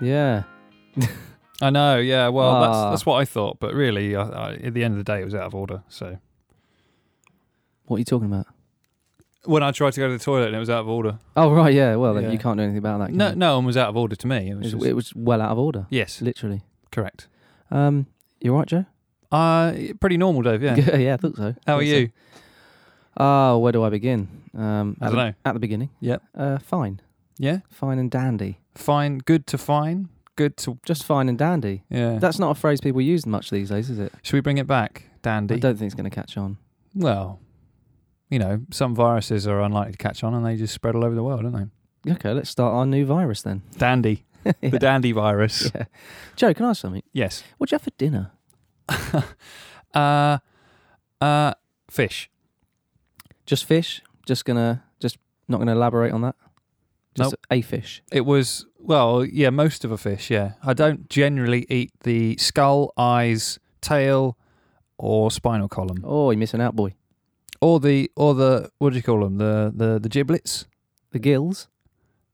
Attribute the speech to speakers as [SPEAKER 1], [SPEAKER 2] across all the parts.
[SPEAKER 1] Yeah.
[SPEAKER 2] I know. Yeah. Well,
[SPEAKER 1] Ah.
[SPEAKER 2] that's that's what I thought, but really, I, I, at the end of the day, it was out of order. So
[SPEAKER 1] What are you talking about?
[SPEAKER 2] when I tried to go to the toilet and it was out of order,
[SPEAKER 1] Oh right, yeah. Well, then
[SPEAKER 2] Yeah.
[SPEAKER 1] you can't do anything about that. can
[SPEAKER 2] no,
[SPEAKER 1] you?
[SPEAKER 2] no one was out of order to me. It
[SPEAKER 1] It
[SPEAKER 2] was
[SPEAKER 1] was,
[SPEAKER 2] just,
[SPEAKER 1] it was well out of order,
[SPEAKER 2] yes,
[SPEAKER 1] literally.
[SPEAKER 2] correct.
[SPEAKER 1] Um, you all right, Joe?
[SPEAKER 2] Uh pretty normal, Dave. Yeah.
[SPEAKER 1] yeah, I thought so.
[SPEAKER 2] How
[SPEAKER 1] Thought
[SPEAKER 2] are you?
[SPEAKER 1] So. Oh, where do I begin? Um,
[SPEAKER 2] I
[SPEAKER 1] at
[SPEAKER 2] don't
[SPEAKER 1] the-
[SPEAKER 2] know.
[SPEAKER 1] At the beginning.
[SPEAKER 2] Yep.
[SPEAKER 1] Uh, fine,
[SPEAKER 2] Yeah.
[SPEAKER 1] fine and dandy.
[SPEAKER 2] Fine. Good to fine. Good to
[SPEAKER 1] Just fine and dandy.
[SPEAKER 2] yeah.
[SPEAKER 1] That's not a phrase people use much these days, is it?
[SPEAKER 2] Should we bring it back,
[SPEAKER 1] I
[SPEAKER 2] Dandy?
[SPEAKER 1] don't think it's going to catch on.
[SPEAKER 2] Well, you know, some viruses are unlikely to catch on, and they just spread all over the world, don't they?
[SPEAKER 1] Okay, let's start our new virus then.
[SPEAKER 2] Dandy,
[SPEAKER 1] Yeah.
[SPEAKER 2] the Dandy virus.
[SPEAKER 1] Yeah. Joe, can I ask something?
[SPEAKER 2] Yes.
[SPEAKER 1] What'd you have for dinner?
[SPEAKER 2] uh, uh, fish.
[SPEAKER 1] Just fish? Just gonna just not gonna elaborate on that. Just a fish.
[SPEAKER 2] It was well, yeah, most of a fish. Yeah, I don't generally eat the skull, eyes, tail, or spinal column,
[SPEAKER 1] Oh, you're missing out, boy.
[SPEAKER 2] or the or the what do you call them? The the the giblets.
[SPEAKER 1] The gills.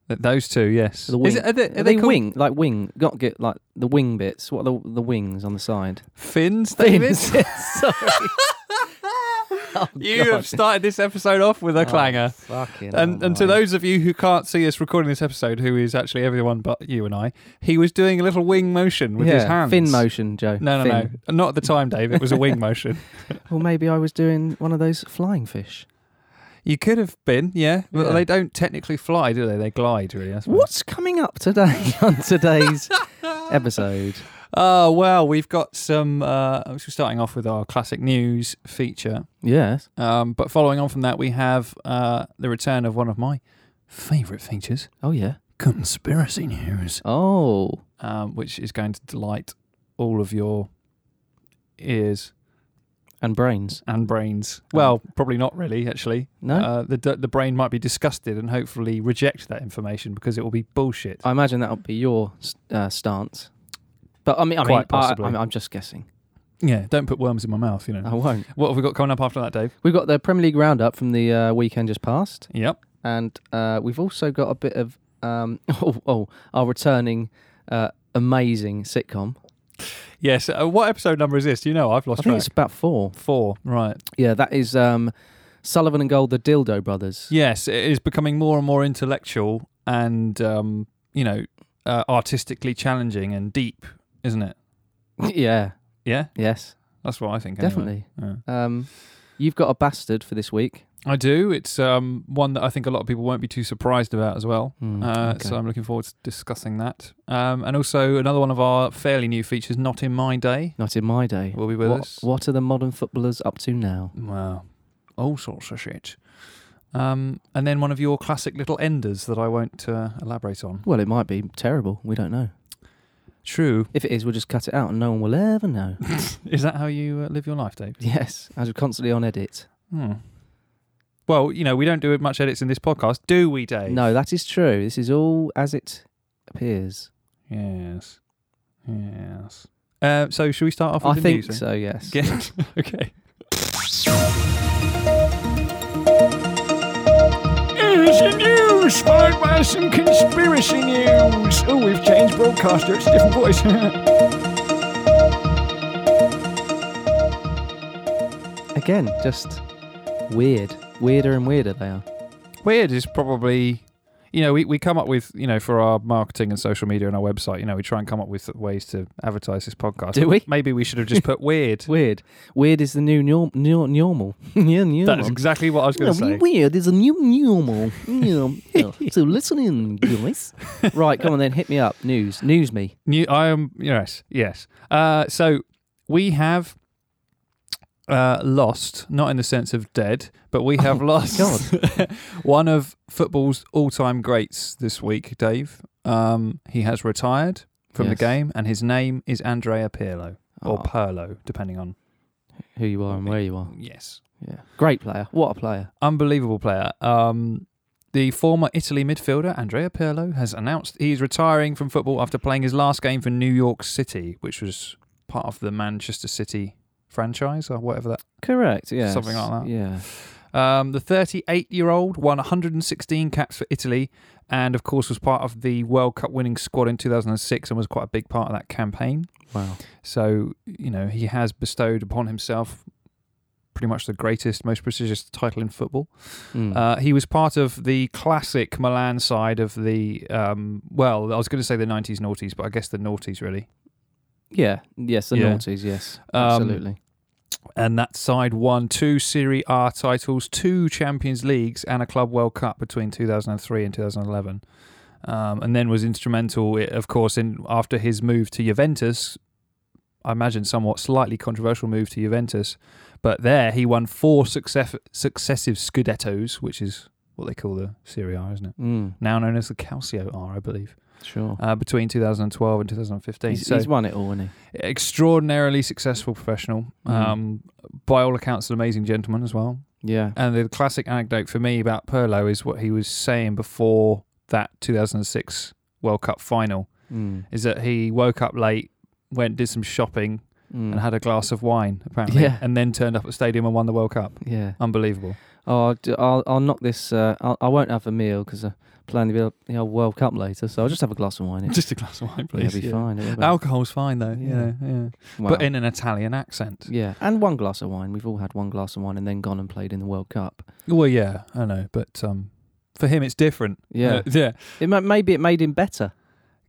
[SPEAKER 2] Th- Those two, yes.
[SPEAKER 1] The wing.
[SPEAKER 2] Is it- are they,
[SPEAKER 1] Are they
[SPEAKER 2] called
[SPEAKER 1] wing like wing? Got get like the wing bits. What are the the wings on the side?
[SPEAKER 2] fins? David?
[SPEAKER 1] Sorry. Oh,
[SPEAKER 2] You
[SPEAKER 1] God.
[SPEAKER 2] have started this episode off with a
[SPEAKER 1] Oh,
[SPEAKER 2] clanger.
[SPEAKER 1] fucking
[SPEAKER 2] And, and to
[SPEAKER 1] almighty.
[SPEAKER 2] those of you who can't see us recording this episode, who is actually everyone but you and I, he was doing a little wing motion with
[SPEAKER 1] yeah,
[SPEAKER 2] his hands.
[SPEAKER 1] fin motion, Joe.
[SPEAKER 2] No, no,
[SPEAKER 1] fin.
[SPEAKER 2] no. Not at the time, Dave. It was a wing motion.
[SPEAKER 1] Well, maybe I was doing one of those flying fish.
[SPEAKER 2] You could have been, yeah. But
[SPEAKER 1] Yeah.
[SPEAKER 2] they don't technically fly, do they? They glide, really. I suppose.
[SPEAKER 1] What's coming up today on today's episode?
[SPEAKER 2] Oh, well, we've got some. Uh, so starting off with our classic news feature.
[SPEAKER 1] Yes.
[SPEAKER 2] Um, but following on from that, we have uh, the return of one of my favourite features
[SPEAKER 1] Oh yeah.
[SPEAKER 2] conspiracy news.
[SPEAKER 1] Oh.
[SPEAKER 2] um, which is going to delight all of your ears
[SPEAKER 1] And brains.
[SPEAKER 2] and brains. Well, probably not really, actually.
[SPEAKER 1] No.
[SPEAKER 2] Uh, the the brain might be disgusted and hopefully reject that information because it will be bullshit.
[SPEAKER 1] I imagine that would be your s- uh, stance. But I mean, I
[SPEAKER 2] Quite
[SPEAKER 1] mean, I,
[SPEAKER 2] possibly.
[SPEAKER 1] I mean, I'm just guessing.
[SPEAKER 2] yeah, don't put worms in my mouth. You know.
[SPEAKER 1] I won't.
[SPEAKER 2] What have we got coming up after that, Dave?
[SPEAKER 1] We've got the Premier League roundup from the uh, weekend just past,
[SPEAKER 2] Yep.
[SPEAKER 1] and uh, we've also got a bit of um, oh, oh our returning uh, amazing sitcom.
[SPEAKER 2] Yes. Uh, what episode number is this? Do you know? I've lost
[SPEAKER 1] I think
[SPEAKER 2] track.
[SPEAKER 1] it's about four.
[SPEAKER 2] Four. Right.
[SPEAKER 1] Yeah, that is um, Sullivan and Gold, the Dildo Brothers.
[SPEAKER 2] Yes, it is becoming more and more intellectual and um, you know uh, artistically challenging and deep, isn't it?
[SPEAKER 1] yeah.
[SPEAKER 2] Yeah,
[SPEAKER 1] Yes.
[SPEAKER 2] that's what I think. anyway.
[SPEAKER 1] Definitely.
[SPEAKER 2] Yeah.
[SPEAKER 1] Um, you've got a bastard for this week.
[SPEAKER 2] I do. It's um, one that I think a lot of people won't be too surprised about as well.
[SPEAKER 1] Hmm,
[SPEAKER 2] Uh,
[SPEAKER 1] okay.
[SPEAKER 2] So I'm looking forward to discussing that. Um, and also another one of our fairly new features, Not in My Day,
[SPEAKER 1] Not in my day.
[SPEAKER 2] will be with
[SPEAKER 1] What,
[SPEAKER 2] us.
[SPEAKER 1] what are the modern footballers up to now?
[SPEAKER 2] Wow. All sorts of shit. Um, and then one of your classic little enders that I won't uh, elaborate on.
[SPEAKER 1] Well, it might be terrible. We don't know.
[SPEAKER 2] True.
[SPEAKER 1] If it is, we'll just cut it out and no one will ever know.
[SPEAKER 2] Is that how you uh, live your life, Dave?
[SPEAKER 1] yes, as we're constantly on edit.
[SPEAKER 2] Hmm. Well, you know, we don't do much edits in this podcast, do we, Dave?
[SPEAKER 1] No, that is true. This is all as it appears.
[SPEAKER 2] Yes. Yes. Uh, so, should we start off with
[SPEAKER 1] I
[SPEAKER 2] the
[SPEAKER 1] think
[SPEAKER 2] news, then?
[SPEAKER 1] so, yes.
[SPEAKER 2] Get- okay. News and news, followed by some conspiracy news. Oh, we've changed broadcaster. It's a different voice.
[SPEAKER 1] Again, just weird. Weirder and weirder they are.
[SPEAKER 2] Weird is probably, you know, we, we come up with, you know, for our marketing and social media and our website, you know, we try and come up with ways to advertise this podcast.
[SPEAKER 1] Do we?
[SPEAKER 2] Maybe we should have just put weird.
[SPEAKER 1] Weird. Weird is the new norm- nor- normal. yeah, normal.
[SPEAKER 2] That's exactly what I was going to
[SPEAKER 1] Yeah,
[SPEAKER 2] say.
[SPEAKER 1] Weird is a new normal. Yeah, yeah. So listen in, guys. right, come on then, hit me up. News. News me.
[SPEAKER 2] New, I am yes, yes. Uh, so we have uh, lost, not in the sense of dead, but we have lost one of football's all-time greats this week, Dave. Um, he has retired from
[SPEAKER 1] Yes.
[SPEAKER 2] the game, and his name is Andrea Pirlo or
[SPEAKER 1] Oh,
[SPEAKER 2] Perlo, depending on.
[SPEAKER 1] who you are and where you are.
[SPEAKER 2] Yes,
[SPEAKER 1] Yeah. Great player. What a player.
[SPEAKER 2] unbelievable player. Um, the former Italy midfielder Andrea Pirlo has announced he is retiring from football after playing his last game for New York City, which was part of the Manchester City franchise or whatever that.
[SPEAKER 1] Correct. Yeah.
[SPEAKER 2] Something like that.
[SPEAKER 1] Yeah.
[SPEAKER 2] Um, the 38 year old won 116 caps for Italy and, of course, was part of the World Cup winning squad in 2006 and was quite a big part of that campaign.
[SPEAKER 1] Wow.
[SPEAKER 2] So, you know, he has bestowed upon himself pretty much the greatest, most prestigious title in football.
[SPEAKER 1] Mm.
[SPEAKER 2] Uh, he was part of the classic Milan side of the, um, well, I was going to say the 90s noughties, but I guess the noughties really.
[SPEAKER 1] yeah. Yes. The
[SPEAKER 2] yeah.
[SPEAKER 1] noughties. Yes.
[SPEAKER 2] Um,
[SPEAKER 1] Absolutely.
[SPEAKER 2] And that side won two Serie A titles, two Champions Leagues, and a Club World Cup between 2003 and 2011. Um, and then was instrumental, i- of course, in after his move to Juventus. I imagine somewhat slightly controversial move to Juventus, but there he won four success, successive Scudettos, which is what they call the Serie A, isn't it?
[SPEAKER 1] mm.
[SPEAKER 2] Now known as the Calcio R, I believe,
[SPEAKER 1] Sure.
[SPEAKER 2] uh, between 2012 and 2015.
[SPEAKER 1] He's,
[SPEAKER 2] So-
[SPEAKER 1] he's won it all, isn't he?
[SPEAKER 2] extraordinarily successful professional.
[SPEAKER 1] Mm.
[SPEAKER 2] Um, by all accounts, an amazing gentleman as well.
[SPEAKER 1] Yeah.
[SPEAKER 2] And the classic anecdote for me about Perlo is what he was saying before that 2006 World Cup final
[SPEAKER 1] Mm.
[SPEAKER 2] is that he woke up late, went did some shopping,
[SPEAKER 1] Mm.
[SPEAKER 2] and had a glass of wine apparently,
[SPEAKER 1] Yeah.
[SPEAKER 2] and then turned up at the stadium and won the World Cup.
[SPEAKER 1] yeah.
[SPEAKER 2] Unbelievable.
[SPEAKER 1] Oh, I'll, do- I'll, I'll knock this. Uh, I'll, I won't have a meal uh, because I'm planning the, the old World Cup later, so I'll just have a glass of wine. It's
[SPEAKER 2] Just a glass of wine,
[SPEAKER 1] yeah,
[SPEAKER 2] please.
[SPEAKER 1] be
[SPEAKER 2] Yeah.
[SPEAKER 1] fine. it'll be-
[SPEAKER 2] Alcohol's fine though.
[SPEAKER 1] Yeah.
[SPEAKER 2] Yeah, yeah.
[SPEAKER 1] Wow.
[SPEAKER 2] But in an Italian accent.
[SPEAKER 1] yeah, and one glass of wine. We've all had one glass of wine and then gone and played in the World Cup.
[SPEAKER 2] Well, yeah, I know, but um, for him it's different.
[SPEAKER 1] Yeah,
[SPEAKER 2] Uh, yeah.
[SPEAKER 1] it ma- maybe it made him better.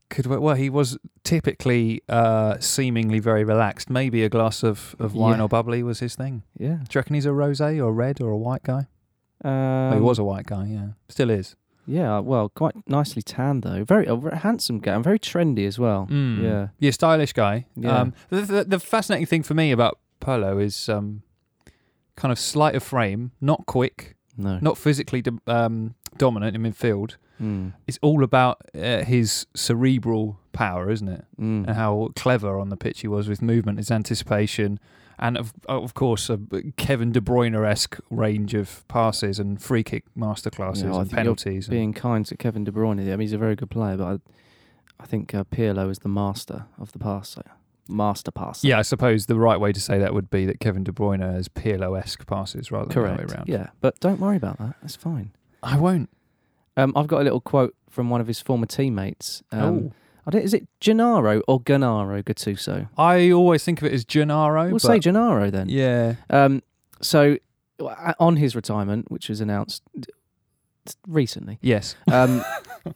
[SPEAKER 2] Could we- well, he was typically uh, seemingly very relaxed. Maybe a glass of, of wine
[SPEAKER 1] Yeah.
[SPEAKER 2] or bubbly was his thing.
[SPEAKER 1] Yeah,
[SPEAKER 2] Do you reckon he's a rosé or a red or a white guy?
[SPEAKER 1] um,
[SPEAKER 2] oh, he was a white guy, yeah. Still is.
[SPEAKER 1] Yeah, well, quite nicely tanned though. Very a ver- handsome guy and very trendy as well.
[SPEAKER 2] Mm.
[SPEAKER 1] Yeah.
[SPEAKER 2] Yeah, stylish guy.
[SPEAKER 1] Yeah.
[SPEAKER 2] Um, the, the, the fascinating thing for me about Perlo is um, kind of slight of frame, not quick,
[SPEAKER 1] No,
[SPEAKER 2] not physically dom- um, dominant in midfield.
[SPEAKER 1] Mm.
[SPEAKER 2] It's all about uh, his cerebral power, isn't it?
[SPEAKER 1] Mm.
[SPEAKER 2] and how clever on the pitch he was with movement, his anticipation, and of of course a Kevin De Bruyne esque range of passes and free kick masterclasses
[SPEAKER 1] Yeah, I
[SPEAKER 2] and
[SPEAKER 1] think you're
[SPEAKER 2] penalties. and-
[SPEAKER 1] being kind to Kevin De Bruyne. I mean, he's a very good player, but I, I think uh, Pirlo is the master of the passer, master passer.
[SPEAKER 2] yeah, I suppose the right way to say that would be that Kevin De Bruyne has Pirlo esque passes rather than the
[SPEAKER 1] correct.
[SPEAKER 2] other way around.
[SPEAKER 1] Yeah, but don't worry about that. That's fine.
[SPEAKER 2] I won't.
[SPEAKER 1] Um, I've got a little quote from one of his former teammates. Um,
[SPEAKER 2] oh.
[SPEAKER 1] I don't, is it Gennaro or Gennaro Gattuso?
[SPEAKER 2] I always think of it as Gennaro.
[SPEAKER 1] We'll
[SPEAKER 2] but-
[SPEAKER 1] say Gennaro then.
[SPEAKER 2] Yeah.
[SPEAKER 1] Um, so, uh, on his retirement, which was announced recently,
[SPEAKER 2] Yes.
[SPEAKER 1] um,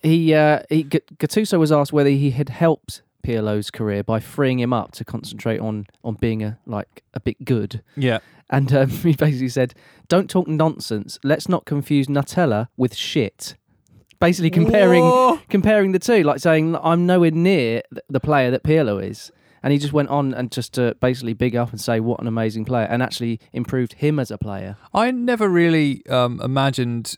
[SPEAKER 1] he, uh, he G- Gattuso was asked whether he had helped Pirlo's career by freeing him up to concentrate on on being a like a bit good.
[SPEAKER 2] Yeah.
[SPEAKER 1] And um, he basically said, "Don't talk nonsense. Let's not confuse Nutella with shit." Basically comparing
[SPEAKER 2] Whoa!
[SPEAKER 1] comparing the two, like saying I'm nowhere near th- the player that Pirlo is. And he just went on and just to basically big up and say what an amazing player, and actually improved him as a player.
[SPEAKER 2] I never really um, imagined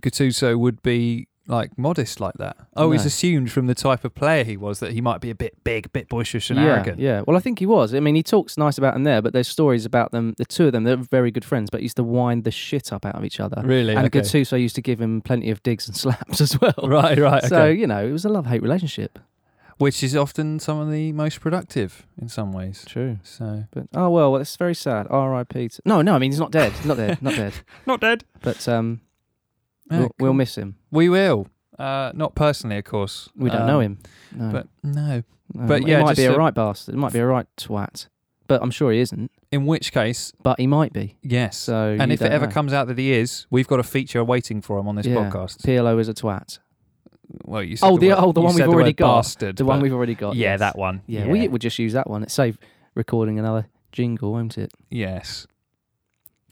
[SPEAKER 2] Gattuso would be like modest like that. I always
[SPEAKER 1] No.
[SPEAKER 2] assumed from the type of player he was that he might be a bit big, bit boisterous and
[SPEAKER 1] yeah,
[SPEAKER 2] arrogant.
[SPEAKER 1] yeah. Well, I think he was. I mean, he talks nice about him there, but there's stories about them. The two of them, they're very good friends, but used to wind the shit up out of each other.
[SPEAKER 2] Really?
[SPEAKER 1] And
[SPEAKER 2] okay.
[SPEAKER 1] Gattuso used to give him plenty of digs and slaps as well.
[SPEAKER 2] Right, right. Okay.
[SPEAKER 1] So you know, it was a love hate relationship.
[SPEAKER 2] Which is often some of the most productive in some ways.
[SPEAKER 1] True.
[SPEAKER 2] So
[SPEAKER 1] But oh well, well that's very sad. R.I.P. to- No, no. I mean, he's not dead. He's not dead. not dead.
[SPEAKER 2] not dead.
[SPEAKER 1] But um,
[SPEAKER 2] Ah,
[SPEAKER 1] we'll, we'll miss him.
[SPEAKER 2] we will. Uh, not personally, of course.
[SPEAKER 1] We don't
[SPEAKER 2] Um,
[SPEAKER 1] know him. No.
[SPEAKER 2] But no.
[SPEAKER 1] No,
[SPEAKER 2] But
[SPEAKER 1] it
[SPEAKER 2] yeah,
[SPEAKER 1] might be
[SPEAKER 2] just
[SPEAKER 1] a
[SPEAKER 2] a-
[SPEAKER 1] right bastard. It might be a right twat. But I'm sure he isn't.
[SPEAKER 2] In which case,
[SPEAKER 1] But he might be.
[SPEAKER 2] yes.
[SPEAKER 1] So
[SPEAKER 2] and
[SPEAKER 1] you
[SPEAKER 2] if it
[SPEAKER 1] don't
[SPEAKER 2] ever
[SPEAKER 1] know.
[SPEAKER 2] comes out that he is, we've got a feature waiting for him on this
[SPEAKER 1] Yeah.
[SPEAKER 2] podcast.
[SPEAKER 1] PLO is a twat.
[SPEAKER 2] Well, you said
[SPEAKER 1] Oh, the-
[SPEAKER 2] word-
[SPEAKER 1] oh, the
[SPEAKER 2] you
[SPEAKER 1] one we've
[SPEAKER 2] said
[SPEAKER 1] already
[SPEAKER 2] word
[SPEAKER 1] got.
[SPEAKER 2] Bastard,
[SPEAKER 1] The one
[SPEAKER 2] but-
[SPEAKER 1] we've already got.
[SPEAKER 2] Yeah,
[SPEAKER 1] yes.
[SPEAKER 2] that one.
[SPEAKER 1] Yeah, we would just use that one. It save recording another jingle, won't it?
[SPEAKER 2] Yes.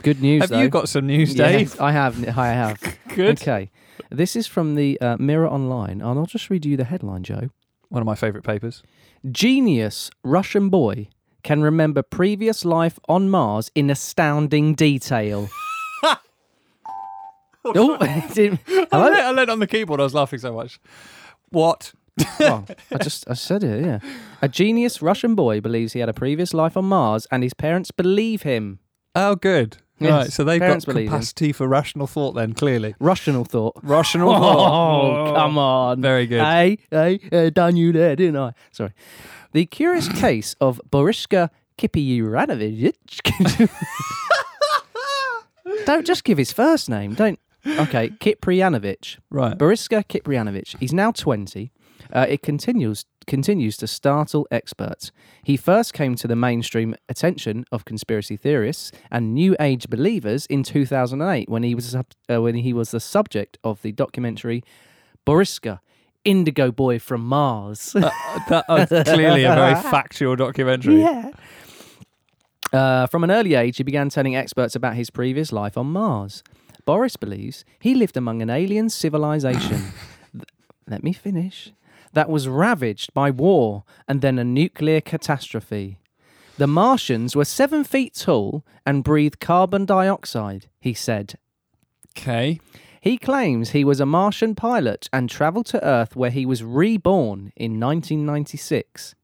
[SPEAKER 1] Good news.
[SPEAKER 2] Have
[SPEAKER 1] though.
[SPEAKER 2] you got some news,
[SPEAKER 1] Yes,
[SPEAKER 2] Dave? Oh,
[SPEAKER 1] I have. I have.
[SPEAKER 2] Good.
[SPEAKER 1] okay. This is from the uh, Mirror Online, and I'll just read you the headline, Joe.
[SPEAKER 2] One of my favourite papers.
[SPEAKER 1] Genius Russian boy can remember previous life on Mars in astounding detail. oh, didn't-
[SPEAKER 2] I,
[SPEAKER 1] hello.
[SPEAKER 2] leant, I leant on the keyboard. I was laughing so much. What?
[SPEAKER 1] Oh, I just I said it, yeah. A genius Russian boy believes he had a previous life on Mars and his parents believe him.
[SPEAKER 2] Oh, good.
[SPEAKER 1] Yes,
[SPEAKER 2] right. So they've got
[SPEAKER 1] parents believe him.
[SPEAKER 2] capacity for rational thought. Then clearly,
[SPEAKER 1] Rational thought.
[SPEAKER 2] rational
[SPEAKER 1] Oh,
[SPEAKER 2] thought.
[SPEAKER 1] come on.
[SPEAKER 2] Very good.
[SPEAKER 1] I, I uh, done you there, didn't I? Sorry. The curious case of Boriska Kipiuranovich. Don't just give his first name. Don't. Okay, Kiprianovic.
[SPEAKER 2] Right.
[SPEAKER 1] Boriska Kiprianovic. He's now 20. Uh, it continues continues to startle experts. He first came to the mainstream attention of conspiracy theorists and new age believers in 2008 when he was sub- uh, when he was the subject of the documentary Boriska Indigo Boy from Mars.
[SPEAKER 2] That was clearly a very factual documentary.
[SPEAKER 1] yeah. Uh, from an early age, he began telling experts about his previous life on Mars. Boris believes he lived among an alien civilization. Th- Let me finish. That was ravaged by war and then a nuclear catastrophe. The Martians were seven feet tall and breathed carbon dioxide, he said.
[SPEAKER 2] Okay.
[SPEAKER 1] He claims he was a Martian pilot and travelled to Earth where he was reborn in 1996.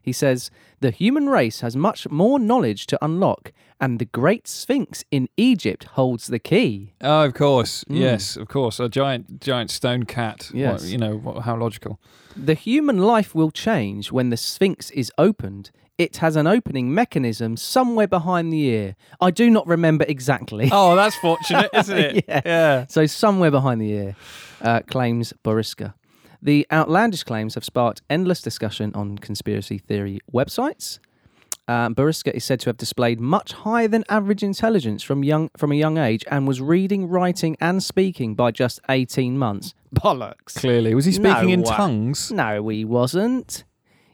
[SPEAKER 1] He says, The human race has much more knowledge to unlock, and the Great Sphinx in Egypt holds the key.
[SPEAKER 2] Oh, of course. Yes, of course. A giant, giant stone cat. What-
[SPEAKER 1] Yes.
[SPEAKER 2] you know what, how logical.
[SPEAKER 1] The human life will change when the Sphinx is opened. It has an opening mechanism somewhere behind the ear. I do not remember exactly.
[SPEAKER 2] Oh, that's fortunate, isn't it?
[SPEAKER 1] Yeah.
[SPEAKER 2] yeah.
[SPEAKER 1] So somewhere behind the ear, uh, claims Boriska. The outlandish claims have sparked endless discussion on conspiracy theory websites. Um, Boriska is said to have displayed much higher than average intelligence from young from a young age and was reading, writing, and speaking by just eighteen months. Bollocks!
[SPEAKER 2] Clearly, was he
[SPEAKER 1] No
[SPEAKER 2] speaking in
[SPEAKER 1] way.
[SPEAKER 2] tongues?
[SPEAKER 1] No, he wasn't.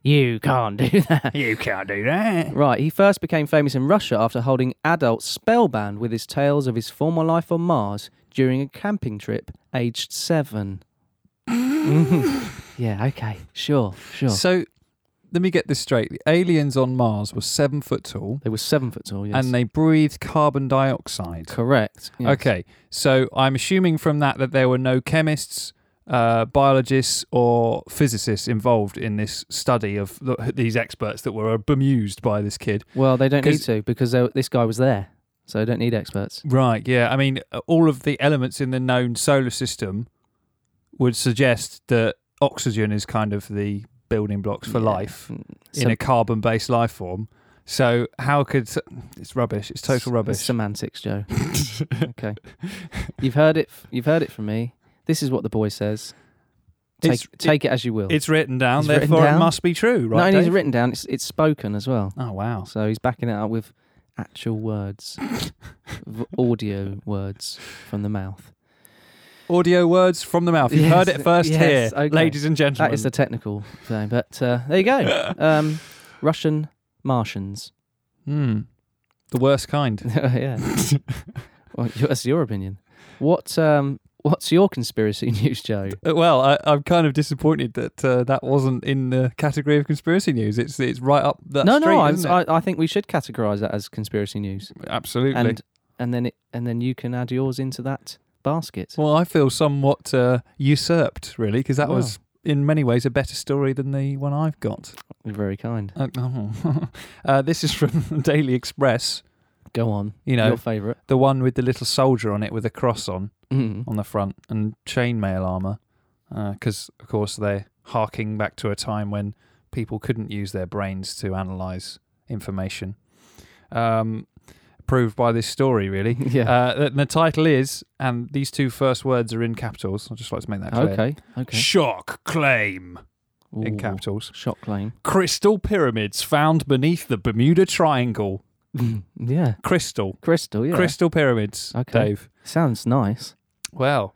[SPEAKER 1] You can't do that.
[SPEAKER 2] You can't do that.
[SPEAKER 1] Right, he first became famous in Russia after holding adults spellbound with his tales of his former life on Mars during a camping trip, aged seven. yeah, okay, sure, sure.
[SPEAKER 2] So, let me get this straight. The aliens on Mars were seven foot tall,
[SPEAKER 1] they were seven foot tall, yes.
[SPEAKER 2] and they breathed carbon dioxide.
[SPEAKER 1] Correct. yes.
[SPEAKER 2] Okay, so I'm assuming from that that there were no chemists, uh, biologists, or physicists involved in this study of the, these experts that were bemused by this kid.
[SPEAKER 1] Well, they don't need
[SPEAKER 2] 'Cause-
[SPEAKER 1] to because they, this guy was there, so they don't need experts.
[SPEAKER 2] Right, yeah. I mean, uh, all of the elements in the known solar system would suggest that oxygen is kind of the building blocks for
[SPEAKER 1] Yeah.
[SPEAKER 2] life
[SPEAKER 1] Mm,
[SPEAKER 2] in
[SPEAKER 1] sem-
[SPEAKER 2] a carbon based life form. So, how could. It's rubbish. It's total
[SPEAKER 1] s-
[SPEAKER 2] rubbish.
[SPEAKER 1] Semantics, Joe. okay, you've heard it. f- You've heard it from me. This is what the boy says. Take,
[SPEAKER 2] It's-
[SPEAKER 1] take it, as you will.
[SPEAKER 2] It's written down,
[SPEAKER 1] It's written
[SPEAKER 2] therefore it
[SPEAKER 1] down.
[SPEAKER 2] must be true,
[SPEAKER 1] Not
[SPEAKER 2] right?
[SPEAKER 1] only is it
[SPEAKER 2] Dave?
[SPEAKER 1] written down, it's, it's spoken as well.
[SPEAKER 2] oh, wow.
[SPEAKER 1] So he's backing it up with actual words, v- audio words from the mouth.
[SPEAKER 2] Audio words from the mouth. You've
[SPEAKER 1] Yes,
[SPEAKER 2] heard it first
[SPEAKER 1] yes,
[SPEAKER 2] here,
[SPEAKER 1] okay.
[SPEAKER 2] ladies and gentlemen.
[SPEAKER 1] That is the technical thing, but uh, there you go. Um, Russian Martians. Oh,
[SPEAKER 2] Hmm. the worst kind.
[SPEAKER 1] yeah. Well, y- that's your opinion. What um, what's your conspiracy news, Joe?
[SPEAKER 2] Uh, Well, I, I'm kind of disappointed that uh, that wasn't in the category of conspiracy news. It's it's right up that
[SPEAKER 1] no,
[SPEAKER 2] street,
[SPEAKER 1] no, I'm,
[SPEAKER 2] isn't it?
[SPEAKER 1] I, I think we should categorise that as conspiracy news,
[SPEAKER 2] Absolutely.
[SPEAKER 1] and and then it, and then you can add yours into that basket.
[SPEAKER 2] well, I feel somewhat uh, usurped, really, because that
[SPEAKER 1] Wow.
[SPEAKER 2] was in many ways a better story than the one I've got.
[SPEAKER 1] You're very kind.
[SPEAKER 2] Uh, oh. uh, this is from Daily Express.
[SPEAKER 1] Go on.
[SPEAKER 2] You know,
[SPEAKER 1] your favourite.
[SPEAKER 2] the one with the little soldier on it with a cross on.
[SPEAKER 1] Mm.
[SPEAKER 2] on the front and chainmail armor, because of course they're harking back to a time when people couldn't use their brains to analyze information. Um, proved by this story, really.
[SPEAKER 1] Yeah.
[SPEAKER 2] Uh, the, the title is, and these two first words are in capitals. I'd just like to make that clear.
[SPEAKER 1] okay. Okay.
[SPEAKER 2] Shock claim in
[SPEAKER 1] Ooh,
[SPEAKER 2] capitals.
[SPEAKER 1] Shock claim.
[SPEAKER 2] Crystal pyramids found beneath the Bermuda Triangle.
[SPEAKER 1] yeah.
[SPEAKER 2] Crystal.
[SPEAKER 1] Crystal, yeah.
[SPEAKER 2] Crystal pyramids,
[SPEAKER 1] Okay.
[SPEAKER 2] Dave.
[SPEAKER 1] Sounds nice.
[SPEAKER 2] Well,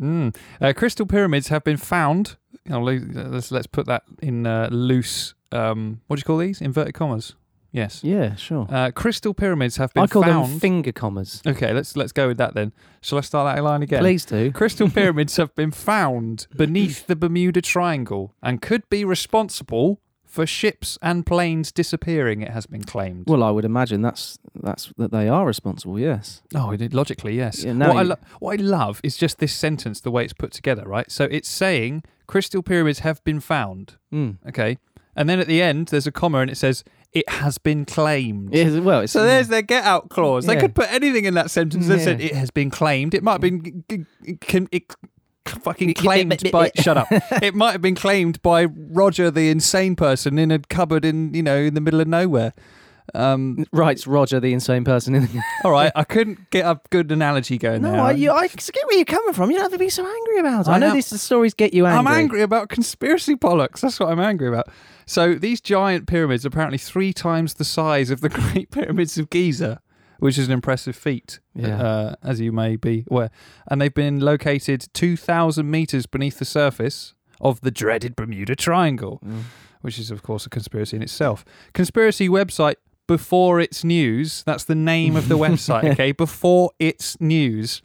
[SPEAKER 2] mm, uh, crystal pyramids have been found. you know, lo- let's let's put that in uh, loose. Um, what do you call these? Inverted commas. Yes.
[SPEAKER 1] Yeah, sure.
[SPEAKER 2] Uh, crystal pyramids have been
[SPEAKER 1] I call
[SPEAKER 2] found.
[SPEAKER 1] them finger commas.
[SPEAKER 2] okay, let's let's go with that then. Shall I start that line again?
[SPEAKER 1] Please do.
[SPEAKER 2] Crystal pyramids have been found beneath the Bermuda Triangle and could be responsible for ships and planes disappearing. It has been claimed.
[SPEAKER 1] Well, I would imagine that's that's that they are responsible. Yes.
[SPEAKER 2] Oh, it- logically, yes.
[SPEAKER 1] Yeah, now
[SPEAKER 2] what, I
[SPEAKER 1] you-
[SPEAKER 2] lo- what I love is just this sentence, the way it's put together, right? So it's saying crystal pyramids have been found,
[SPEAKER 1] Mm.
[SPEAKER 2] okay? And then at the end, there's a comma and it says, it has been claimed.
[SPEAKER 1] Yeah, well, it's,
[SPEAKER 2] So there's their get out clause. They
[SPEAKER 1] Yeah.
[SPEAKER 2] could put anything in that sentence. They said
[SPEAKER 1] Yeah.
[SPEAKER 2] it has been claimed. It might have been g- g- g- can, it, c- fucking claimed by. shut up. It might have been claimed by Roger, the insane person, in a cupboard in you know in the middle of nowhere. Um,
[SPEAKER 1] Writes Roger, the insane person in the
[SPEAKER 2] all right, I couldn't get a good analogy going
[SPEAKER 1] No,
[SPEAKER 2] there.
[SPEAKER 1] I, you, I get where you're coming from. You don't have to be so angry about it. I,
[SPEAKER 2] I
[SPEAKER 1] know
[SPEAKER 2] am-
[SPEAKER 1] these the stories get you angry.
[SPEAKER 2] I'm angry about conspiracy bollocks. That's what I'm angry about. So these giant pyramids are apparently three times the size of the Great Pyramids of Giza, which is an impressive feat,
[SPEAKER 1] Yeah.
[SPEAKER 2] uh, as you may be aware. And they've been located 2,000 meters beneath the surface of the dreaded Bermuda Triangle,
[SPEAKER 1] Mm.
[SPEAKER 2] which is of course a conspiracy in itself. Conspiracy website. Before it's news, that's the name of the website, okay? Before it's news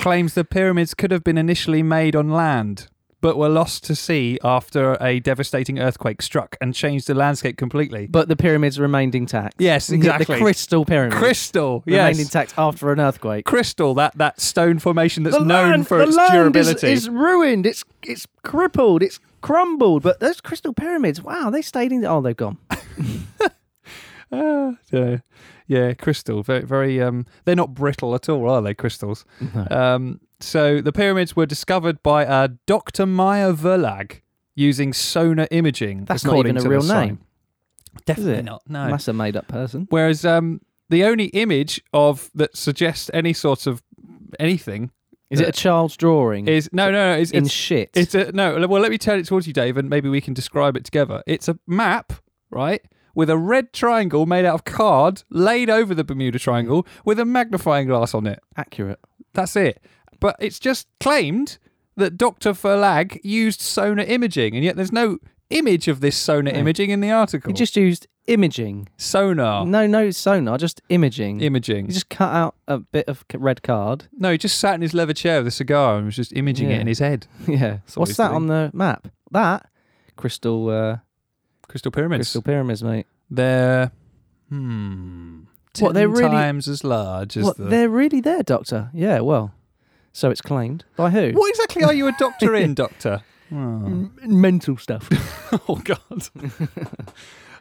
[SPEAKER 2] claims the pyramids could have been initially made on land, but were lost to sea after a devastating earthquake struck and changed the landscape completely.
[SPEAKER 1] But the pyramids remained intact.
[SPEAKER 2] Yes,
[SPEAKER 1] The-
[SPEAKER 2] exactly.
[SPEAKER 1] The crystal pyramids
[SPEAKER 2] crystal,
[SPEAKER 1] remained
[SPEAKER 2] yes,
[SPEAKER 1] intact after an earthquake.
[SPEAKER 2] crystal. That that stone formation that's
[SPEAKER 1] the
[SPEAKER 2] known
[SPEAKER 1] land,
[SPEAKER 2] for
[SPEAKER 1] the
[SPEAKER 2] its
[SPEAKER 1] land
[SPEAKER 2] durability.
[SPEAKER 1] Is, is ruined. It's it's crippled. It's crumbled. But those crystal pyramids, wow, they stayed in. Oh, they've gone.
[SPEAKER 2] Ah, yeah, yeah, crystal. Very, very. Um, they're not brittle at all, are they? Crystals. Um, so the pyramids were discovered by uh, Dr. Maya Verlag using sonar imaging.
[SPEAKER 1] That's not even
[SPEAKER 2] according
[SPEAKER 1] a
[SPEAKER 2] to the
[SPEAKER 1] real
[SPEAKER 2] site.
[SPEAKER 1] name,
[SPEAKER 2] Definitely
[SPEAKER 1] it?
[SPEAKER 2] not. No.
[SPEAKER 1] That's a made up person.
[SPEAKER 2] Whereas um, the only image of that suggests any sort of anything
[SPEAKER 1] Is it a child's drawing?
[SPEAKER 2] is no, no, no. It's
[SPEAKER 1] in
[SPEAKER 2] it's,
[SPEAKER 1] shit.
[SPEAKER 2] it's a no. Well, let me turn it towards you, Dave, and maybe we can describe it together. It's a map, right, with a red triangle made out of card laid over the Bermuda Triangle with a magnifying glass on it.
[SPEAKER 1] accurate.
[SPEAKER 2] That's it. But it's just claimed that Dr. Verlag used sonar imaging, and yet there's no image of this sonar
[SPEAKER 1] No.
[SPEAKER 2] imaging in the article.
[SPEAKER 1] You just used imaging.
[SPEAKER 2] sonar
[SPEAKER 1] Oh. No, no sonar, just imaging.
[SPEAKER 2] imaging.
[SPEAKER 1] you just cut out a bit of c- red card.
[SPEAKER 2] No, he just sat in his leather chair with a cigar and was just imaging
[SPEAKER 1] Yeah.
[SPEAKER 2] it in his head.
[SPEAKER 1] yeah.
[SPEAKER 2] what
[SPEAKER 1] What's
[SPEAKER 2] he's
[SPEAKER 1] that
[SPEAKER 2] doing.
[SPEAKER 1] on the map? That crystal uh,
[SPEAKER 2] Crystal pyramids.
[SPEAKER 1] crystal pyramids, mate.
[SPEAKER 2] They're hmm. Ten
[SPEAKER 1] What, they're really-
[SPEAKER 2] times as large as
[SPEAKER 1] What?
[SPEAKER 2] the.
[SPEAKER 1] They're really there, Doctor. Yeah. Well, so it's claimed by who?
[SPEAKER 2] What exactly are you a doctor in, doctor? Oh,
[SPEAKER 1] M- mental stuff.
[SPEAKER 2] Oh, God.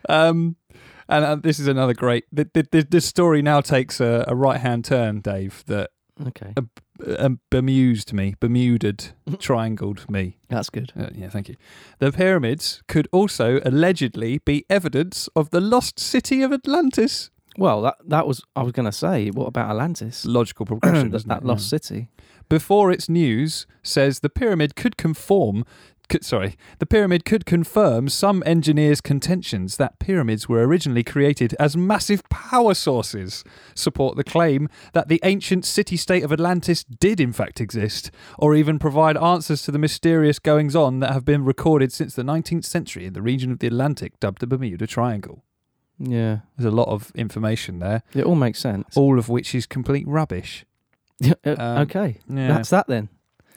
[SPEAKER 2] um, and uh, this is another great. th th th this story now takes a, a right-hand turn, Dave. That
[SPEAKER 1] okay,
[SPEAKER 2] uh, bemused me, bermuded,
[SPEAKER 1] Mm-hmm.
[SPEAKER 2] triangled me.
[SPEAKER 1] that's good.
[SPEAKER 2] Uh, yeah, thank you. The pyramids could also allegedly be evidence of the lost city of Atlantis.
[SPEAKER 1] Well, that that was I was going to say. What about Atlantis?
[SPEAKER 2] Logical progression,
[SPEAKER 1] that
[SPEAKER 2] isn't
[SPEAKER 1] that
[SPEAKER 2] it?
[SPEAKER 1] lost
[SPEAKER 2] Yeah.
[SPEAKER 1] city.
[SPEAKER 2] Before its news says the pyramid could conform. Could, sorry, the pyramid could confirm some engineers' contentions that pyramids were originally created as massive power sources. Support the claim that the ancient city-state of Atlantis did in fact exist, or even provide answers to the mysterious goings-on that have been recorded since the 19th century in the region of the Atlantic dubbed the Bermuda Triangle.
[SPEAKER 1] Yeah,
[SPEAKER 2] There's a lot of information there,
[SPEAKER 1] it all makes sense.
[SPEAKER 2] all of which is complete rubbish.
[SPEAKER 1] Yeah, uh,
[SPEAKER 2] Oh, um,
[SPEAKER 1] okay,
[SPEAKER 2] Yeah.
[SPEAKER 1] that's that then.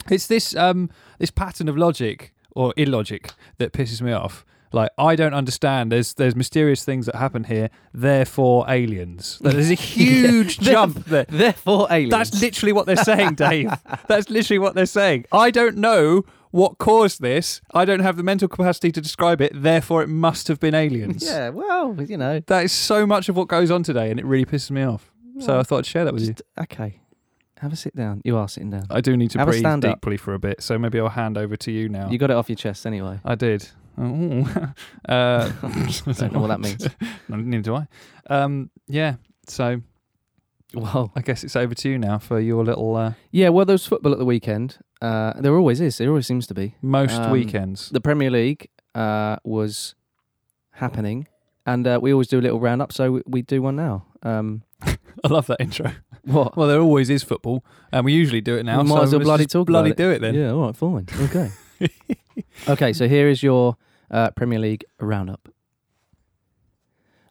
[SPEAKER 2] It's this um this pattern of logic or illogic that pisses me off. Like I don't understand. There's there's mysterious things that happen here. Therefore, aliens. Like, There's a huge
[SPEAKER 1] Yeah.
[SPEAKER 2] jump there.
[SPEAKER 1] Therefore, aliens.
[SPEAKER 2] That's literally what they're saying, Dave. That's literally what they're saying. I don't know what caused this. I don't have the mental capacity to describe it. Therefore, it must have been aliens.
[SPEAKER 1] yeah. Well, you know.
[SPEAKER 2] That is so much of what goes on today, and it really pisses me off. So I thought I'd share that with you. Oh,
[SPEAKER 1] Just, okay. Have a sit down. You are sitting down.
[SPEAKER 2] I do need to
[SPEAKER 1] have a
[SPEAKER 2] breathe
[SPEAKER 1] stand up.
[SPEAKER 2] deeply for a bit, so maybe I'll hand over to you now.
[SPEAKER 1] You got it off your chest anyway.
[SPEAKER 2] I did. Oh. uh, I
[SPEAKER 1] don't know what that means.
[SPEAKER 2] Neither do I. Um, yeah. So
[SPEAKER 1] Well,
[SPEAKER 2] I guess it's over to you now for your little uh,
[SPEAKER 1] yeah. Well, there was football at the weekend. Uh, there always is. There always seems to be.
[SPEAKER 2] most
[SPEAKER 1] Um,
[SPEAKER 2] weekends.
[SPEAKER 1] The Premier League uh, was happening, and uh, we always do a little roundup. So we, we do one now. Um,
[SPEAKER 2] I love that intro.
[SPEAKER 1] what?
[SPEAKER 2] Well, there always is football, and we usually do it now.
[SPEAKER 1] We
[SPEAKER 2] so
[SPEAKER 1] might as well
[SPEAKER 2] let's
[SPEAKER 1] bloody
[SPEAKER 2] just
[SPEAKER 1] talk
[SPEAKER 2] bloody
[SPEAKER 1] about
[SPEAKER 2] do it then.
[SPEAKER 1] Yeah, all right, fine. Okay. okay, so here is your uh, Premier League roundup.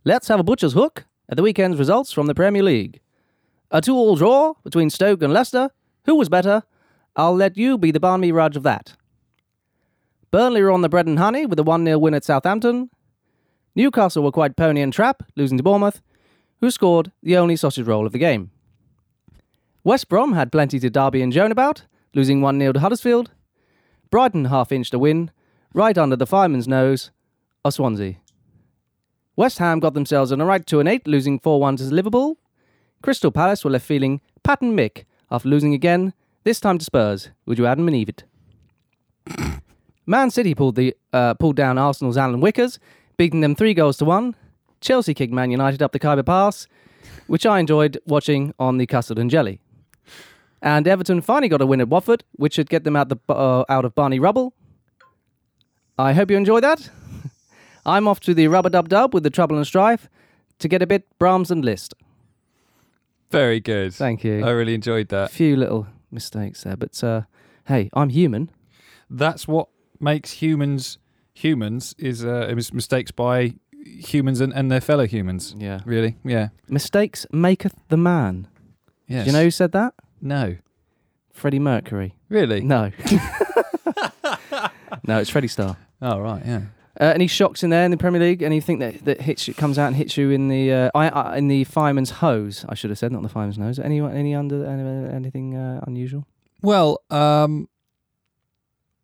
[SPEAKER 1] Let's have a butcher's hook at the weekend's results from the Premier League. A two-all draw between Stoke and Leicester. Who was better? I'll let you be the barmy Raj of that. Burnley were on the bread and honey with a 1-0 win at Southampton. Newcastle were quite pony and trap, losing to Bournemouth, who scored the only sausage roll of the game. West Brom had plenty to Derby and Joan about, losing 1 0 to Huddersfield. Brighton half inched a win, right under the fireman's nose, a Swansea. West Ham got themselves on a right 2 and 8, losing 4 1 to Liverpool. Crystal Palace were left feeling Pat and Mick after losing again, this time to Spurs. Would you add them and Eve it? Man City pulled, the, uh, pulled down Arsenal's Alan Wickers, beating them three goals to one. Chelsea kicked Man United up the Khyber Pass, which I enjoyed watching on the custard and jelly. And Everton finally got a win at Watford, which should get them out the uh, out of Barney rubble. I hope you enjoy that. I'm off to the rubber dub dub with the trouble and strife to get a bit Brahms and Liszt.
[SPEAKER 2] Very good.
[SPEAKER 1] Thank you.
[SPEAKER 2] I really enjoyed
[SPEAKER 1] A
[SPEAKER 2] that.
[SPEAKER 1] few little mistakes there, but uh, hey, I'm human.
[SPEAKER 2] That's what makes humans humans is uh, it was mistakes by humans and, and their fellow humans.
[SPEAKER 1] Yeah.
[SPEAKER 2] Really? Yeah.
[SPEAKER 1] Mistakes maketh the man.
[SPEAKER 2] Yes.
[SPEAKER 1] Do you know who said that?
[SPEAKER 2] No.
[SPEAKER 1] Freddie Mercury.
[SPEAKER 2] Really?
[SPEAKER 1] No. no, it's Freddie Starr.
[SPEAKER 2] Oh right. Yeah.
[SPEAKER 1] Uh, any shocks in there in the Premier League? Anything that, that hits you, comes out and hits you in the uh, I, I, in the fireman's hose? I should have said not the fireman's nose. Any any under any, anything uh, unusual?
[SPEAKER 2] Well, um,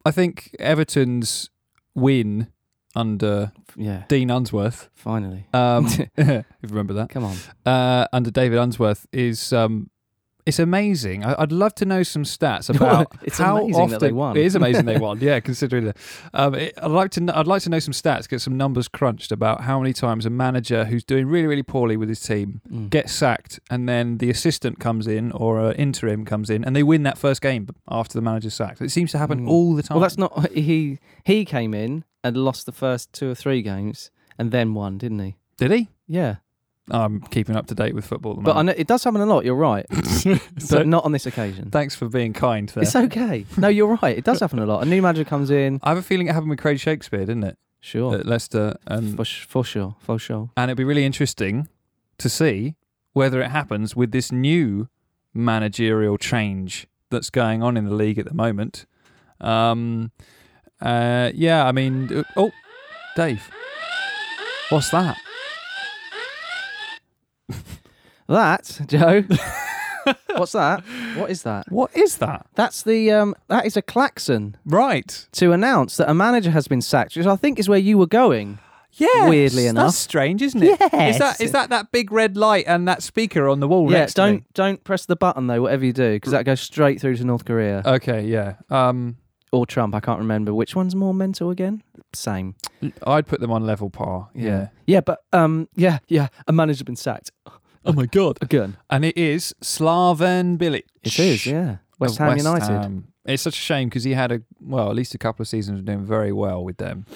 [SPEAKER 2] I think Everton's win under
[SPEAKER 1] F- Yeah,
[SPEAKER 2] Dean Unsworth.
[SPEAKER 1] finally.
[SPEAKER 2] Um, if you remember that.
[SPEAKER 1] Come on.
[SPEAKER 2] uh, under David Unsworth is um, it's amazing. I, I'd love to know some stats about
[SPEAKER 1] It's
[SPEAKER 2] how
[SPEAKER 1] amazing
[SPEAKER 2] often
[SPEAKER 1] that they won.
[SPEAKER 2] It is amazing they won. Yeah, considering that. Um, it, I'd like to. kn- I'd like to know some stats, get some numbers crunched about how many times a manager who's doing really, really poorly with his team
[SPEAKER 1] Mm.
[SPEAKER 2] gets sacked, and then the assistant comes in or an interim comes in, and they win that first game after the manager's sacked. It seems to happen
[SPEAKER 1] Mm.
[SPEAKER 2] all the time.
[SPEAKER 1] well, that's not he. He came in and lost the first two or three games and then won, didn't he?
[SPEAKER 2] Did he? Oh,
[SPEAKER 1] Yeah,
[SPEAKER 2] I'm keeping up to date with football. At the
[SPEAKER 1] but I
[SPEAKER 2] moment.
[SPEAKER 1] know, it does happen a lot. You're right,
[SPEAKER 2] So,
[SPEAKER 1] but not on this occasion.
[SPEAKER 2] thanks for being kind. There.
[SPEAKER 1] It's okay. No, you're right. It does happen a lot. A new manager comes in.
[SPEAKER 2] I have a feeling it happened with Craig Shakespeare, didn't it?
[SPEAKER 1] Sure.
[SPEAKER 2] At Leicester, and
[SPEAKER 1] for, sh- for sure. For sure.
[SPEAKER 2] and it'd be really interesting to see whether it happens with this new managerial change that's going on in the league at the moment. Um, uh, yeah, I mean, uh, oh, Dave, what's that?
[SPEAKER 1] That, Joe. What's that? What is that?
[SPEAKER 2] What is that?
[SPEAKER 1] That's the um that is a klaxon
[SPEAKER 2] Right.
[SPEAKER 1] to announce that a manager has been sacked, which I think is where you were going.
[SPEAKER 2] Yeah.
[SPEAKER 1] Weirdly enough.
[SPEAKER 2] that's strange, isn't it?
[SPEAKER 1] Yes.
[SPEAKER 2] Is that is that that big red light and that speaker on the wall
[SPEAKER 1] yeah,
[SPEAKER 2] next to
[SPEAKER 1] don't
[SPEAKER 2] me?
[SPEAKER 1] don't press the button though, whatever you do, because that goes straight through to North Korea
[SPEAKER 2] Okay, yeah. Um,
[SPEAKER 1] or Trump. I can't remember which one's more mental again. Same.
[SPEAKER 2] I'd put them on level par. yeah.
[SPEAKER 1] Yeah, but um yeah, yeah, a manager's been sacked
[SPEAKER 2] Oh my god.
[SPEAKER 1] again.
[SPEAKER 2] and it is Slaven Bilic.
[SPEAKER 1] It is, yeah. West Ham United.
[SPEAKER 2] Ham. It's such a shame because he had a well, at least a couple of seasons of doing very well with them,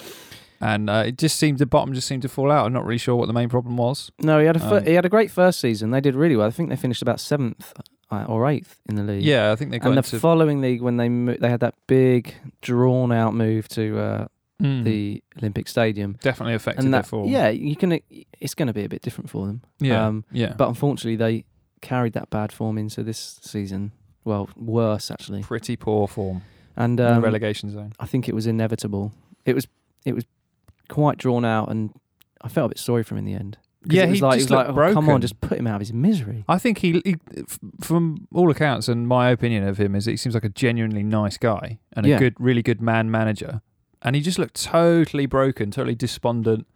[SPEAKER 2] and uh, it just seemed the bottom just seemed to fall out. I'm not really sure what the main problem was.
[SPEAKER 1] No, he had a fir-
[SPEAKER 2] Um,
[SPEAKER 1] he had a great first season. They did really well. I think they finished about seventh uh, or eighth in the league.
[SPEAKER 2] Yeah, I think they got
[SPEAKER 1] and the
[SPEAKER 2] into
[SPEAKER 1] following league when they mo- they had that big drawn out move to uh,
[SPEAKER 2] Mm,
[SPEAKER 1] the Olympic Stadium
[SPEAKER 2] definitely affected
[SPEAKER 1] and
[SPEAKER 2] their
[SPEAKER 1] that
[SPEAKER 2] fall.
[SPEAKER 1] yeah you can it's going to be a bit different for them
[SPEAKER 2] yeah,
[SPEAKER 1] um,
[SPEAKER 2] yeah.
[SPEAKER 1] but unfortunately they carried that bad form into this season well worse actually
[SPEAKER 2] pretty poor form
[SPEAKER 1] and
[SPEAKER 2] in the
[SPEAKER 1] um,
[SPEAKER 2] relegation zone.
[SPEAKER 1] I think it was inevitable it was it was quite drawn out and I felt a bit sorry for him in the end 'Cause
[SPEAKER 2] Yeah,
[SPEAKER 1] it was
[SPEAKER 2] he
[SPEAKER 1] like, it
[SPEAKER 2] just
[SPEAKER 1] was like,
[SPEAKER 2] looked
[SPEAKER 1] "Oh, come on
[SPEAKER 2] broken."
[SPEAKER 1] just put him out of his misery
[SPEAKER 2] I think he, he, f- from all accounts, and my opinion of him is, that he seems like a genuinely nice guy and
[SPEAKER 1] Yeah.
[SPEAKER 2] a good, really good man manager. And he just looked totally broken, totally despondent,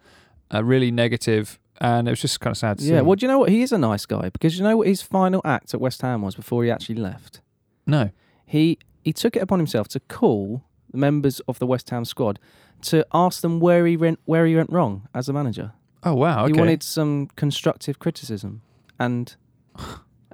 [SPEAKER 2] uh, really negative, and it was just kind of sad. To
[SPEAKER 1] yeah
[SPEAKER 2] see.
[SPEAKER 1] well do you know what he is a nice guy because you know what his final act at West Ham was before he actually left
[SPEAKER 2] No.
[SPEAKER 1] he he took it upon himself to call the members of the West Ham squad to ask them where he went where he went wrong as a manager.
[SPEAKER 2] Oh wow. Okay.
[SPEAKER 1] He wanted some constructive criticism, and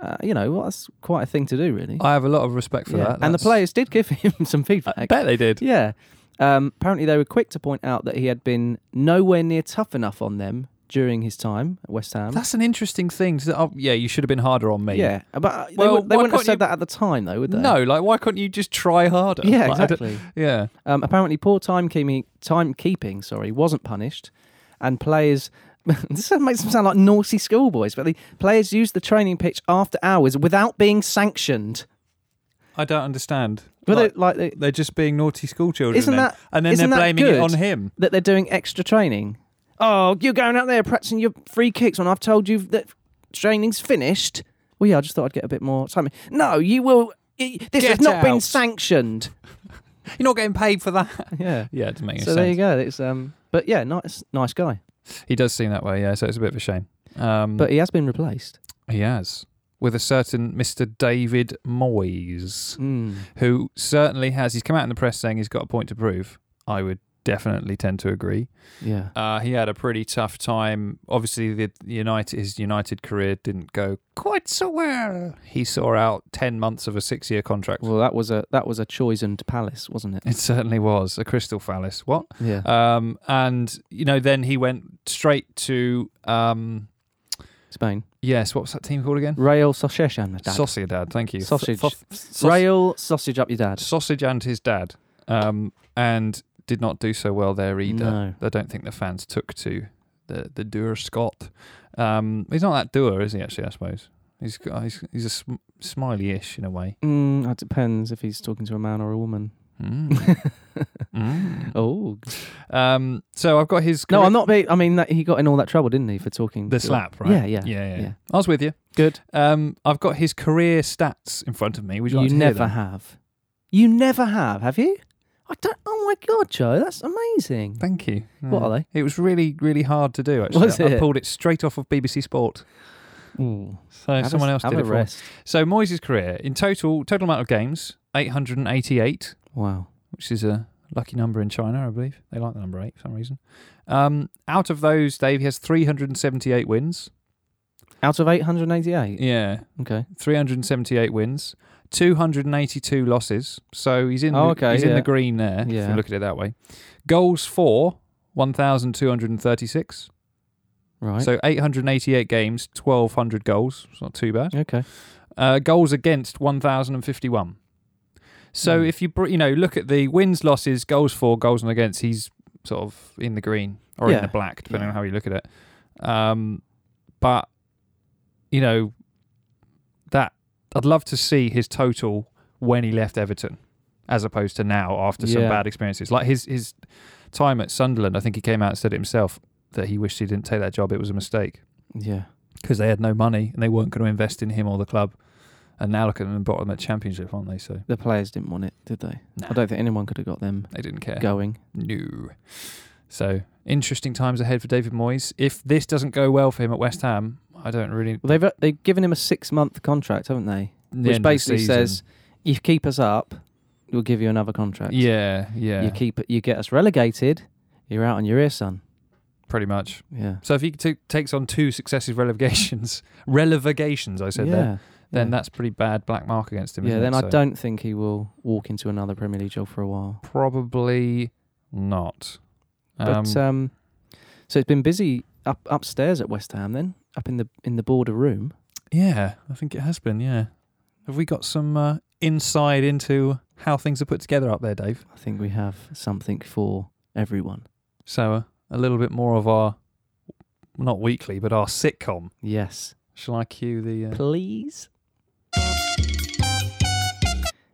[SPEAKER 1] uh, you know well, that's quite a thing to do, really.
[SPEAKER 2] I have a lot of respect for
[SPEAKER 1] Yeah.
[SPEAKER 2] that.
[SPEAKER 1] and the
[SPEAKER 2] That's-
[SPEAKER 1] players did give him some feedback.
[SPEAKER 2] I bet they did.
[SPEAKER 1] Yeah. Um, apparently, they were quick to point out that he had been nowhere near tough enough on them during his time at West Ham.
[SPEAKER 2] That's an interesting thing. To, oh, yeah, you should have been harder on me.
[SPEAKER 1] yeah, but uh, they,
[SPEAKER 2] Well,
[SPEAKER 1] would, they
[SPEAKER 2] why
[SPEAKER 1] wouldn't have
[SPEAKER 2] can't
[SPEAKER 1] said
[SPEAKER 2] you-
[SPEAKER 1] that at the time, though, would they?
[SPEAKER 2] No, like why couldn't you just try harder?
[SPEAKER 1] Yeah,
[SPEAKER 2] Like, I don't-
[SPEAKER 1] exactly.
[SPEAKER 2] Yeah.
[SPEAKER 1] Um, apparently, poor timekeeping, timekeeping, sorry, wasn't punished, and players. this makes them sound like naughty schoolboys, but the players used the training pitch after hours without being sanctioned.
[SPEAKER 2] I don't understand.
[SPEAKER 1] Were
[SPEAKER 2] Like,
[SPEAKER 1] they, like they,
[SPEAKER 2] they're just being naughty school children.
[SPEAKER 1] Isn't
[SPEAKER 2] then.
[SPEAKER 1] that-
[SPEAKER 2] and then
[SPEAKER 1] isn't
[SPEAKER 2] they're
[SPEAKER 1] that
[SPEAKER 2] blaming
[SPEAKER 1] good?
[SPEAKER 2] it on him.
[SPEAKER 1] that they're doing extra training? Oh, you're going out there practicing your free kicks when I've told you that training's finised. Well, yeah, I just thought I'd get a bit more time. No, you will. i- This has
[SPEAKER 2] Get
[SPEAKER 1] not been
[SPEAKER 2] out.
[SPEAKER 1] sanctioned.
[SPEAKER 2] You're not getting paid for that.
[SPEAKER 1] Yeah.
[SPEAKER 2] Yeah, it doesn't make any
[SPEAKER 1] So there you
[SPEAKER 2] sense.
[SPEAKER 1] go. It's um, but yeah, nice, nice guy.
[SPEAKER 2] He does seem that way, yeah. So it's a bit of a shame. Um,
[SPEAKER 1] But he has been replaced.
[SPEAKER 2] he has with a certain Mr. David Moyes,
[SPEAKER 1] Mm.
[SPEAKER 2] who certainly has. He's come out in the press saying he's got a point to prove. I would definitely tend to agree.
[SPEAKER 1] Yeah.
[SPEAKER 2] Uh, he had a pretty tough time. Obviously, the United his United career didn't go quite so well. He saw out ten months of a six-year contract.
[SPEAKER 1] Well, that was a that was a Choisoned Palace, wasn't it? Uh,
[SPEAKER 2] It certainly was a crystal phallus. What?
[SPEAKER 1] Yeah.
[SPEAKER 2] Um, and you know, then he went straight to um,
[SPEAKER 1] Spain.
[SPEAKER 2] yes, what was that team called again?
[SPEAKER 1] Rail sausage and my dad.
[SPEAKER 2] Sociedad. Thank you.
[SPEAKER 1] Sausage.
[SPEAKER 2] F- f- saus-
[SPEAKER 1] Rail sausage up your dad.
[SPEAKER 2] sausage and his dad, um, and did not do so well there either.
[SPEAKER 1] No.
[SPEAKER 2] I don't think the fans took to the the doer Scott. Um, he's not that doer, is he? Actually, I suppose he's got, he's he's a sm- smiley-ish in a way.
[SPEAKER 1] Mm, it depends if he's talking to a man or a woman.
[SPEAKER 2] Mm. Mm.
[SPEAKER 1] Oh
[SPEAKER 2] Um, so I've got his.
[SPEAKER 1] no,
[SPEAKER 2] career-
[SPEAKER 1] I'm not. be- I mean, that, he got in all that trouble, didn't he, for talking
[SPEAKER 2] the
[SPEAKER 1] to-
[SPEAKER 2] slap, right?
[SPEAKER 1] Yeah, yeah,
[SPEAKER 2] yeah, yeah,
[SPEAKER 1] yeah.
[SPEAKER 2] I was with you.
[SPEAKER 1] Good.
[SPEAKER 2] Um, I've got his career stats in front of me. Would you,
[SPEAKER 1] You,
[SPEAKER 2] like to hear
[SPEAKER 1] never
[SPEAKER 2] them?
[SPEAKER 1] have. You never have, have you? I don't. Oh my god, Joe, that's amazing.
[SPEAKER 2] Thank you.
[SPEAKER 1] What
[SPEAKER 2] Yeah.
[SPEAKER 1] are they?
[SPEAKER 2] It was really, really hard to do. Actually,
[SPEAKER 1] Was
[SPEAKER 2] I, I
[SPEAKER 1] it?
[SPEAKER 2] pulled it straight off of BBC Sport.
[SPEAKER 1] Ooh.
[SPEAKER 2] So
[SPEAKER 1] Have a-
[SPEAKER 2] someone else
[SPEAKER 1] have
[SPEAKER 2] did
[SPEAKER 1] a
[SPEAKER 2] it for me.
[SPEAKER 1] rest.
[SPEAKER 2] So Moyes' career in total, total amount of games, 888,
[SPEAKER 1] Wow.
[SPEAKER 2] which is a lucky number in China, I believe. They like the number eight for some reason. Um, out of those, Dave, he has 378 wins.
[SPEAKER 1] Out of 888.
[SPEAKER 2] Yeah,
[SPEAKER 1] Okay.
[SPEAKER 2] 378 wins, 282 losses. So he's in.
[SPEAKER 1] Oh,
[SPEAKER 2] the,
[SPEAKER 1] okay,
[SPEAKER 2] He's in
[SPEAKER 1] yeah.
[SPEAKER 2] the green there. If
[SPEAKER 1] Yeah.
[SPEAKER 2] you look at it that way. Goals for 1,236.
[SPEAKER 1] Right.
[SPEAKER 2] So 888 games, 1,200 goals. It's not too bad.
[SPEAKER 1] okay.
[SPEAKER 2] Uh, goals against 1,051. So
[SPEAKER 1] Hmm.
[SPEAKER 2] if you br- you know look at the wins, losses, goals for, goals and against, he's sort of in the green or in
[SPEAKER 1] Yeah.
[SPEAKER 2] the black, depending
[SPEAKER 1] Yeah.
[SPEAKER 2] on how you look at it. Um, but you know that I'd love to see his total when he left Everton, as opposed to now after some
[SPEAKER 1] Yeah.
[SPEAKER 2] bad experiences. Like his his time at Sunderland, I think he came out and said it himself that he wished he didn't take that job. It was a mistake
[SPEAKER 1] Yeah.
[SPEAKER 2] because they had no money and they weren't going to invest in him or the club. And now look at them bottom at Championship, aren't they? So
[SPEAKER 1] The players didn't want it, did they?
[SPEAKER 2] Nah.
[SPEAKER 1] I don't think anyone could have got them
[SPEAKER 2] they didn't care.
[SPEAKER 1] going.
[SPEAKER 2] No. So interesting times ahead for David Moyes. If this doesn't go well for him at West Ham, I don't really.
[SPEAKER 1] Well, they've uh, they've given him a six month contract, haven't they?
[SPEAKER 2] the
[SPEAKER 1] Which
[SPEAKER 2] end of the
[SPEAKER 1] basically
[SPEAKER 2] season-
[SPEAKER 1] says, you keep us up, we'll give you another contract.
[SPEAKER 2] yeah, yeah,
[SPEAKER 1] You keep you get us relegated, you're out on your ear, son.
[SPEAKER 2] pretty much.
[SPEAKER 1] Yeah.
[SPEAKER 2] So if he t- takes on two successive relegations, relegations, I said
[SPEAKER 1] yeah.
[SPEAKER 2] there, then
[SPEAKER 1] yeah.
[SPEAKER 2] that's pretty bad black mark against him.
[SPEAKER 1] Yeah.
[SPEAKER 2] isn't
[SPEAKER 1] Then
[SPEAKER 2] it?
[SPEAKER 1] I
[SPEAKER 2] So
[SPEAKER 1] don't think he will walk into another Premier League job for a while.
[SPEAKER 2] probably not.
[SPEAKER 1] But um, so it's been busy up upstairs at West Ham then, up in the in the border room.
[SPEAKER 2] Yeah, I think it has been. Yeah. Have we got some uh, insight into how things are put together up there, Dave?
[SPEAKER 1] I think we have something for everyone.
[SPEAKER 2] So uh, a little bit more of our, not weekly, but our sitcom.
[SPEAKER 1] Yes.
[SPEAKER 2] Shall I cue the? Uh...
[SPEAKER 1] Please.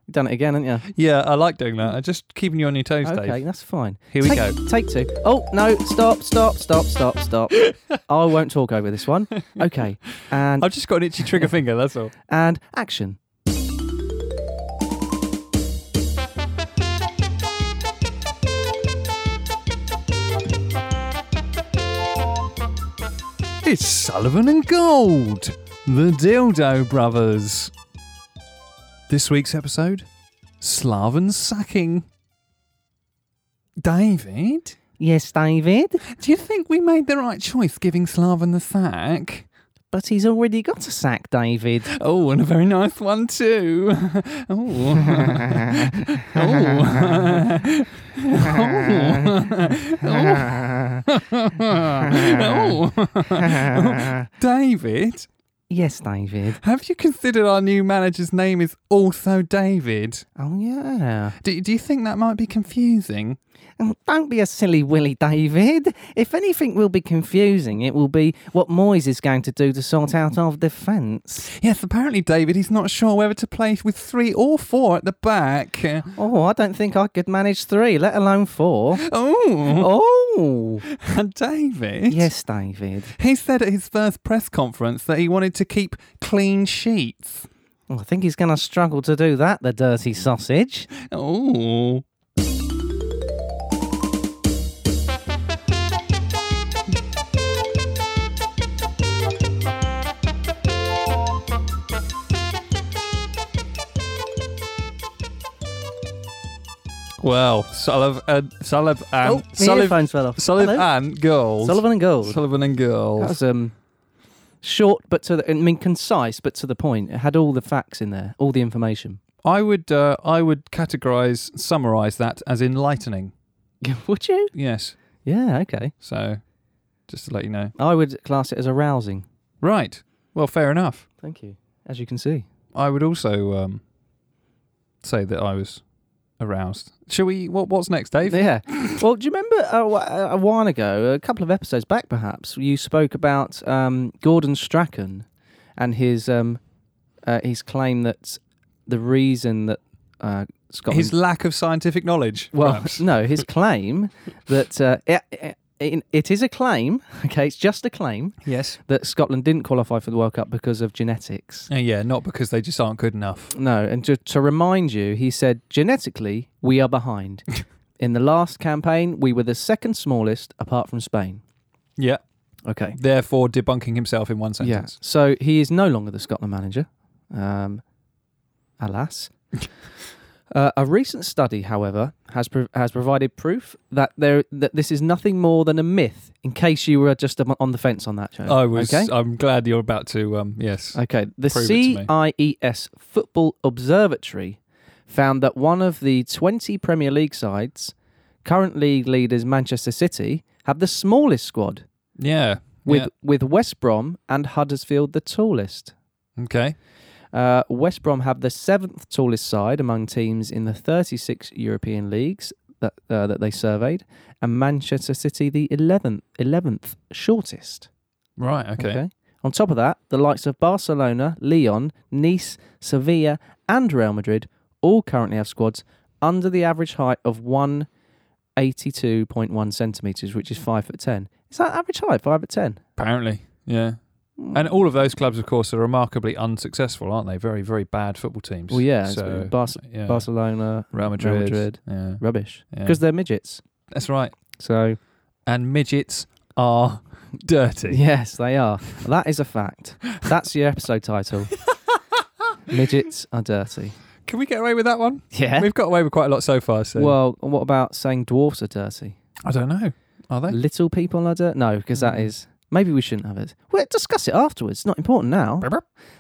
[SPEAKER 1] You've done it again, haven't you?
[SPEAKER 2] Yeah, I like doing that. I'm just keeping you on your toes,
[SPEAKER 1] Okay,
[SPEAKER 2] Dave.
[SPEAKER 1] that's fine.
[SPEAKER 2] Here we
[SPEAKER 1] take,
[SPEAKER 2] go.
[SPEAKER 1] Take two. Oh no! Stop! Stop! Stop! Stop! Stop! I won't talk over this one. Okay, and
[SPEAKER 2] I've just got an itchy trigger finger. That's all.
[SPEAKER 1] and action.
[SPEAKER 2] It's Sullivan and Gold, the Dildo Brothers. This week's episode, Slaven sacking. David.
[SPEAKER 1] Yes, David.
[SPEAKER 2] Do you think we made the right choice giving Slaven the sack?
[SPEAKER 1] But he's already got a sack, David.
[SPEAKER 2] Oh, and a very nice one too. Oh. oh. oh. oh. oh. David,
[SPEAKER 1] yes, David.
[SPEAKER 2] have you considered our new manager's name is also David?
[SPEAKER 1] Oh yeah.
[SPEAKER 2] Do, do you think that might be confusing?
[SPEAKER 1] Oh, Don't be a silly willy, David. If anything will be confusing, it will be what Moyes is going to do to sort out our defence.
[SPEAKER 2] Yes, apparently, David, he's not sure whether to play with three or four at the back.
[SPEAKER 1] Oh, I don't think I could manage three, let alone four.
[SPEAKER 2] Oh,
[SPEAKER 1] Oh,
[SPEAKER 2] and David.
[SPEAKER 1] yes, David.
[SPEAKER 2] He said at his first press conference that he wanted to keep clean sheets.
[SPEAKER 1] Well, Oh, I think he's going to struggle to do that, the dirty sausage.
[SPEAKER 2] Oh. Well, Sullivan, uh, Sullivan,
[SPEAKER 1] oh, my
[SPEAKER 2] Sullivan,
[SPEAKER 1] earphones fell off.
[SPEAKER 2] Sullivan
[SPEAKER 1] Hello?
[SPEAKER 2] and Gold.
[SPEAKER 1] Sullivan and Gold.
[SPEAKER 2] Sullivan and
[SPEAKER 1] That
[SPEAKER 2] Gold.
[SPEAKER 1] was um, short, but to the, I mean concise, but to the point. It had all the facts in there, all the information.
[SPEAKER 2] I would, uh, I would categorize, summarize that as enlightening.
[SPEAKER 1] Would you?
[SPEAKER 2] Yes.
[SPEAKER 1] Yeah. Okay.
[SPEAKER 2] So, just to let you know.
[SPEAKER 1] I would class it as arousing.
[SPEAKER 2] Right. Well, fair enough.
[SPEAKER 1] Thank you. As you can see.
[SPEAKER 2] I would also um, say that I was aroused. Shall we? What, what's next, Dave?
[SPEAKER 1] Yeah. Well, do you remember a, wh- a while ago, a couple of episodes back, perhaps you spoke about um, Gordon Strachan and his um, uh, his claim that the reason that uh, Scotland
[SPEAKER 2] His lack of scientific knowledge.
[SPEAKER 1] Well,
[SPEAKER 2] perhaps.
[SPEAKER 1] no, his claim that uh, it, it, it is a claim. Okay, it's just a claim
[SPEAKER 2] yes.
[SPEAKER 1] that Scotland didn't qualify for the World Cup because of genetics.
[SPEAKER 2] Uh, yeah, not because they just aren't good enough.
[SPEAKER 1] No, and to, to remind you, he said genetically we are behind. In the last campaign, we were the second smallest, apart from Spain.
[SPEAKER 2] Yeah.
[SPEAKER 1] Okay.
[SPEAKER 2] Therefore, debunking himself in one
[SPEAKER 1] Yeah.
[SPEAKER 2] sentence.
[SPEAKER 1] So he is no longer the Scotland manager. Um, alas. Uh, a recent study, however, has pro- has provided proof that there that this is nothing more than a myth. In case you were just on the fence on that, Joe.
[SPEAKER 2] I was.
[SPEAKER 1] Uh, Okay.
[SPEAKER 2] I'm glad you're about to. Um, yes.
[SPEAKER 1] Okay. The
[SPEAKER 2] Prove it to me.
[SPEAKER 1] CIES Football Observatory found that one of the 20 Premier League sides, current league leaders Manchester City, had the smallest squad,
[SPEAKER 2] yeah.
[SPEAKER 1] with with West Brom and Huddersfield the tallest.
[SPEAKER 2] yeah. Okay.
[SPEAKER 1] Uh, West Brom have the seventh tallest side among teams in the 36 European leagues that uh, that they surveyed, and Manchester City the 11th 11th shortest.
[SPEAKER 2] Right. Okay.
[SPEAKER 1] On top of that, the likes of Barcelona, Leon, Nice, Sevilla, and Real Madrid all currently have squads under the average height of 182.1 centimeters, which is five foot ten. Is that average height five foot ten?
[SPEAKER 2] Apparently. Yeah. And all of those clubs, of course, are remarkably unsuccessful, aren't they? Very, very bad football teams.
[SPEAKER 1] Well, yeah. it's-
[SPEAKER 2] So,
[SPEAKER 1] Bar-
[SPEAKER 2] yeah.
[SPEAKER 1] Barcelona,
[SPEAKER 2] Real Madrid.
[SPEAKER 1] Real Madrid.
[SPEAKER 2] Yeah.
[SPEAKER 1] rubbish
[SPEAKER 2] yeah.
[SPEAKER 1] because they're midgets.
[SPEAKER 2] That's right.
[SPEAKER 1] So
[SPEAKER 2] and midgets are dirty.
[SPEAKER 1] yes, they are. That is a fact. That's your episode title. Midgets are dirty.
[SPEAKER 2] Can we get away with that one?
[SPEAKER 1] Yeah.
[SPEAKER 2] We've got away with quite a lot so far. So
[SPEAKER 1] Eh? Well, what about saying dwarfs are dirty?
[SPEAKER 2] I don't know. Are they?
[SPEAKER 1] Little people are dirty. No, because that
[SPEAKER 2] Mm.
[SPEAKER 1] is maybe we shouldn't have it. We'll discuss it afterwards. It's Not important now.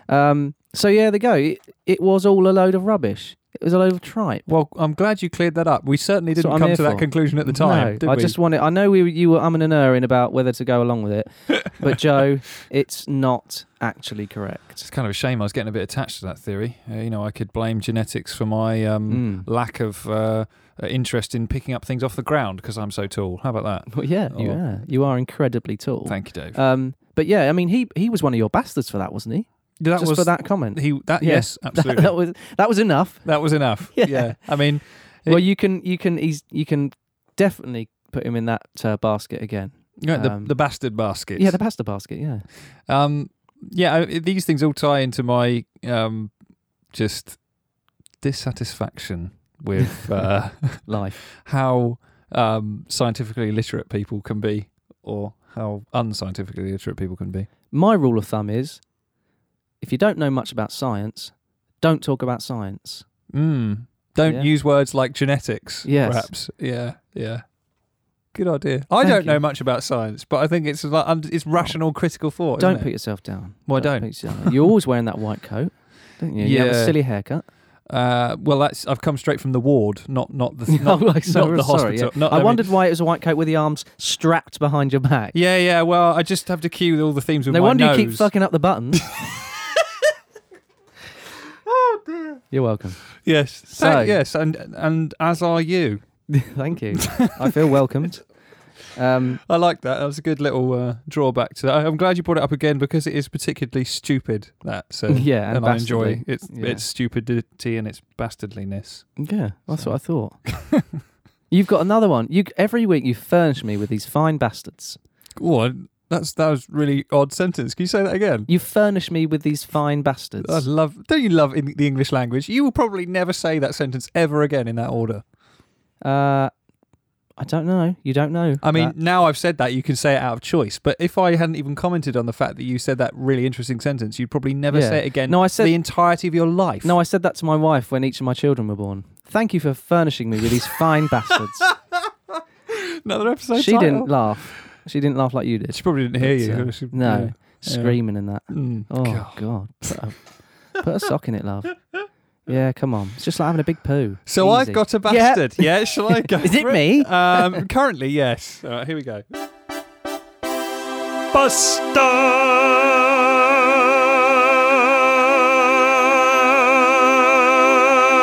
[SPEAKER 1] Um. So yeah, there you go. It, it was all a load of rubbish. It was a load of tripe.
[SPEAKER 2] Well, I'm glad you cleared that up. We certainly
[SPEAKER 1] That's
[SPEAKER 2] didn't
[SPEAKER 1] what I'm
[SPEAKER 2] come
[SPEAKER 1] here
[SPEAKER 2] to that
[SPEAKER 1] for.
[SPEAKER 2] conclusion at the time.
[SPEAKER 1] no,
[SPEAKER 2] did
[SPEAKER 1] I
[SPEAKER 2] we?
[SPEAKER 1] just wanted. I know we were- you were umming and erring about whether to go along with it, but Joe, it's not actually correct.
[SPEAKER 2] It's kind of a shame. I was getting a bit attached to that theory. Uh, you know, I could blame genetics for my um,
[SPEAKER 1] Mm.
[SPEAKER 2] lack of uh, uh, interest in picking up things off the ground because I'm so tall. How about that?
[SPEAKER 1] Well, yeah, you
[SPEAKER 2] Oh.
[SPEAKER 1] are. You are incredibly tall.
[SPEAKER 2] Thank you, Dave.
[SPEAKER 1] um, but yeah, I mean, he he was one of your bastards for that, wasn't he?
[SPEAKER 2] that
[SPEAKER 1] Just
[SPEAKER 2] was
[SPEAKER 1] for that comment.
[SPEAKER 2] He that
[SPEAKER 1] Yeah.
[SPEAKER 2] yes, absolutely.
[SPEAKER 1] that was that was enough.
[SPEAKER 2] That was enough.
[SPEAKER 1] Yeah.
[SPEAKER 2] I mean,
[SPEAKER 1] Well, you can you can he's, you can definitely put him in that uh, basket again.
[SPEAKER 2] yeah, the,
[SPEAKER 1] Um,
[SPEAKER 2] the bastard basket.
[SPEAKER 1] Yeah, the pasta basket. Yeah.
[SPEAKER 2] Um, yeah, I, these things all tie into my um, just dissatisfaction with uh,
[SPEAKER 1] Life.
[SPEAKER 2] how um, scientifically literate people can be, or how unscientifically literate people can be.
[SPEAKER 1] My rule of thumb is, if you don't know much about science, don't talk about science.
[SPEAKER 2] Mm. Don't
[SPEAKER 1] Yeah.
[SPEAKER 2] use words like genetics.
[SPEAKER 1] Yes.
[SPEAKER 2] perhaps. Yeah, yeah. Good idea. I
[SPEAKER 1] Thank
[SPEAKER 2] don't know
[SPEAKER 1] you. Oh.
[SPEAKER 2] much about science, but I think it's like un- it's rational critical thought.
[SPEAKER 1] don't
[SPEAKER 2] isn't
[SPEAKER 1] put
[SPEAKER 2] it?
[SPEAKER 1] yourself down.
[SPEAKER 2] Why
[SPEAKER 1] put
[SPEAKER 2] don't?
[SPEAKER 1] yourself down. You're always wearing that white coat, don't you? You have
[SPEAKER 2] Yeah.
[SPEAKER 1] a silly haircut.
[SPEAKER 2] Uh, well, that's I've come straight from the ward, not not the not,
[SPEAKER 1] Oh, I'm
[SPEAKER 2] not the
[SPEAKER 1] sorry,
[SPEAKER 2] hospital.
[SPEAKER 1] yeah.
[SPEAKER 2] Not-
[SPEAKER 1] I,
[SPEAKER 2] mean-
[SPEAKER 1] wondered why it was a white coat with the arms strapped behind your back.
[SPEAKER 2] Yeah, yeah. Well, I just have to cue all the themes with
[SPEAKER 1] no
[SPEAKER 2] my
[SPEAKER 1] wonder
[SPEAKER 2] nose.
[SPEAKER 1] you keep fucking up the buttons. oh dear. You're welcome.
[SPEAKER 2] Yes.
[SPEAKER 1] So-
[SPEAKER 2] Thank- yes, and and as are you.
[SPEAKER 1] Thank you. I feel welcomed. Um,
[SPEAKER 2] I like that. That was a good little uh, drawback to that. I'm glad you brought it up again because it is particularly stupid. That so
[SPEAKER 1] Yeah,
[SPEAKER 2] and,
[SPEAKER 1] and
[SPEAKER 2] I enjoy
[SPEAKER 1] bastardly.
[SPEAKER 2] its
[SPEAKER 1] Yeah.
[SPEAKER 2] its stupidity and its bastardliness.
[SPEAKER 1] yeah, that's
[SPEAKER 2] So-
[SPEAKER 1] what I thought. You've got another one. You every week you furnish me with these fine bastards.
[SPEAKER 2] Oh, that's that was really odd sentence. Can you say that again?
[SPEAKER 1] You furnish me with these fine bastards.
[SPEAKER 2] I love. Don't you love in the English language? You will probably never say that sentence ever again in that order.
[SPEAKER 1] Uh, I don't know. You don't know.
[SPEAKER 2] I mean,
[SPEAKER 1] that.
[SPEAKER 2] now I've said that, you can say it out of choice. But if I hadn't even commented on the fact that you said that really interesting sentence, you'd probably never
[SPEAKER 1] Yeah.
[SPEAKER 2] say it again.
[SPEAKER 1] No, I said-
[SPEAKER 2] the entirety of your life.
[SPEAKER 1] no. I said that to my wife when each of my children were born. Thank you for furnishing me with these fine bastards.
[SPEAKER 2] Another episode.
[SPEAKER 1] she
[SPEAKER 2] title.
[SPEAKER 1] didn't laugh. She didn't laugh like you did.
[SPEAKER 2] She probably didn't hear
[SPEAKER 1] But,
[SPEAKER 2] you.
[SPEAKER 1] uh,
[SPEAKER 2] She-
[SPEAKER 1] No,
[SPEAKER 2] Yeah.
[SPEAKER 1] screaming and that.
[SPEAKER 2] yeah. Mm,
[SPEAKER 1] Oh
[SPEAKER 2] God.
[SPEAKER 1] God, Put, a, put a sock in it, love. Yeah, come on. It's just like having a big poo.
[SPEAKER 2] So
[SPEAKER 1] Easy.
[SPEAKER 2] I've got a
[SPEAKER 1] Yeah.
[SPEAKER 2] bastard. Yeah, shall I go?
[SPEAKER 1] Is it
[SPEAKER 2] for
[SPEAKER 1] me?
[SPEAKER 2] Um, currently, yes. All right, here we go.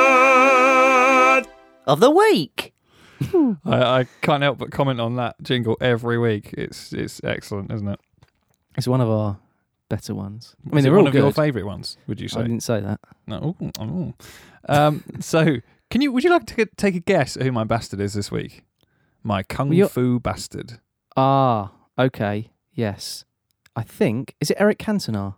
[SPEAKER 2] Bastard!
[SPEAKER 1] of the week.
[SPEAKER 2] I, I can't help but comment on that jingle every week. It's it's excellent, isn't it?
[SPEAKER 1] It's one of our better ones. I mean,
[SPEAKER 2] Is it
[SPEAKER 1] they're
[SPEAKER 2] one
[SPEAKER 1] all
[SPEAKER 2] of your
[SPEAKER 1] good.
[SPEAKER 2] favourite ones. Would you
[SPEAKER 1] I
[SPEAKER 2] say?
[SPEAKER 1] didn't say that.
[SPEAKER 2] No. Ooh, ooh. Um, so, can you? Would you like to get- take a guess at who my bastard is this week? My kung
[SPEAKER 1] Well, you're-
[SPEAKER 2] fu bastard.
[SPEAKER 1] Ah, okay. Yes. I think. Is it Eric Cantona?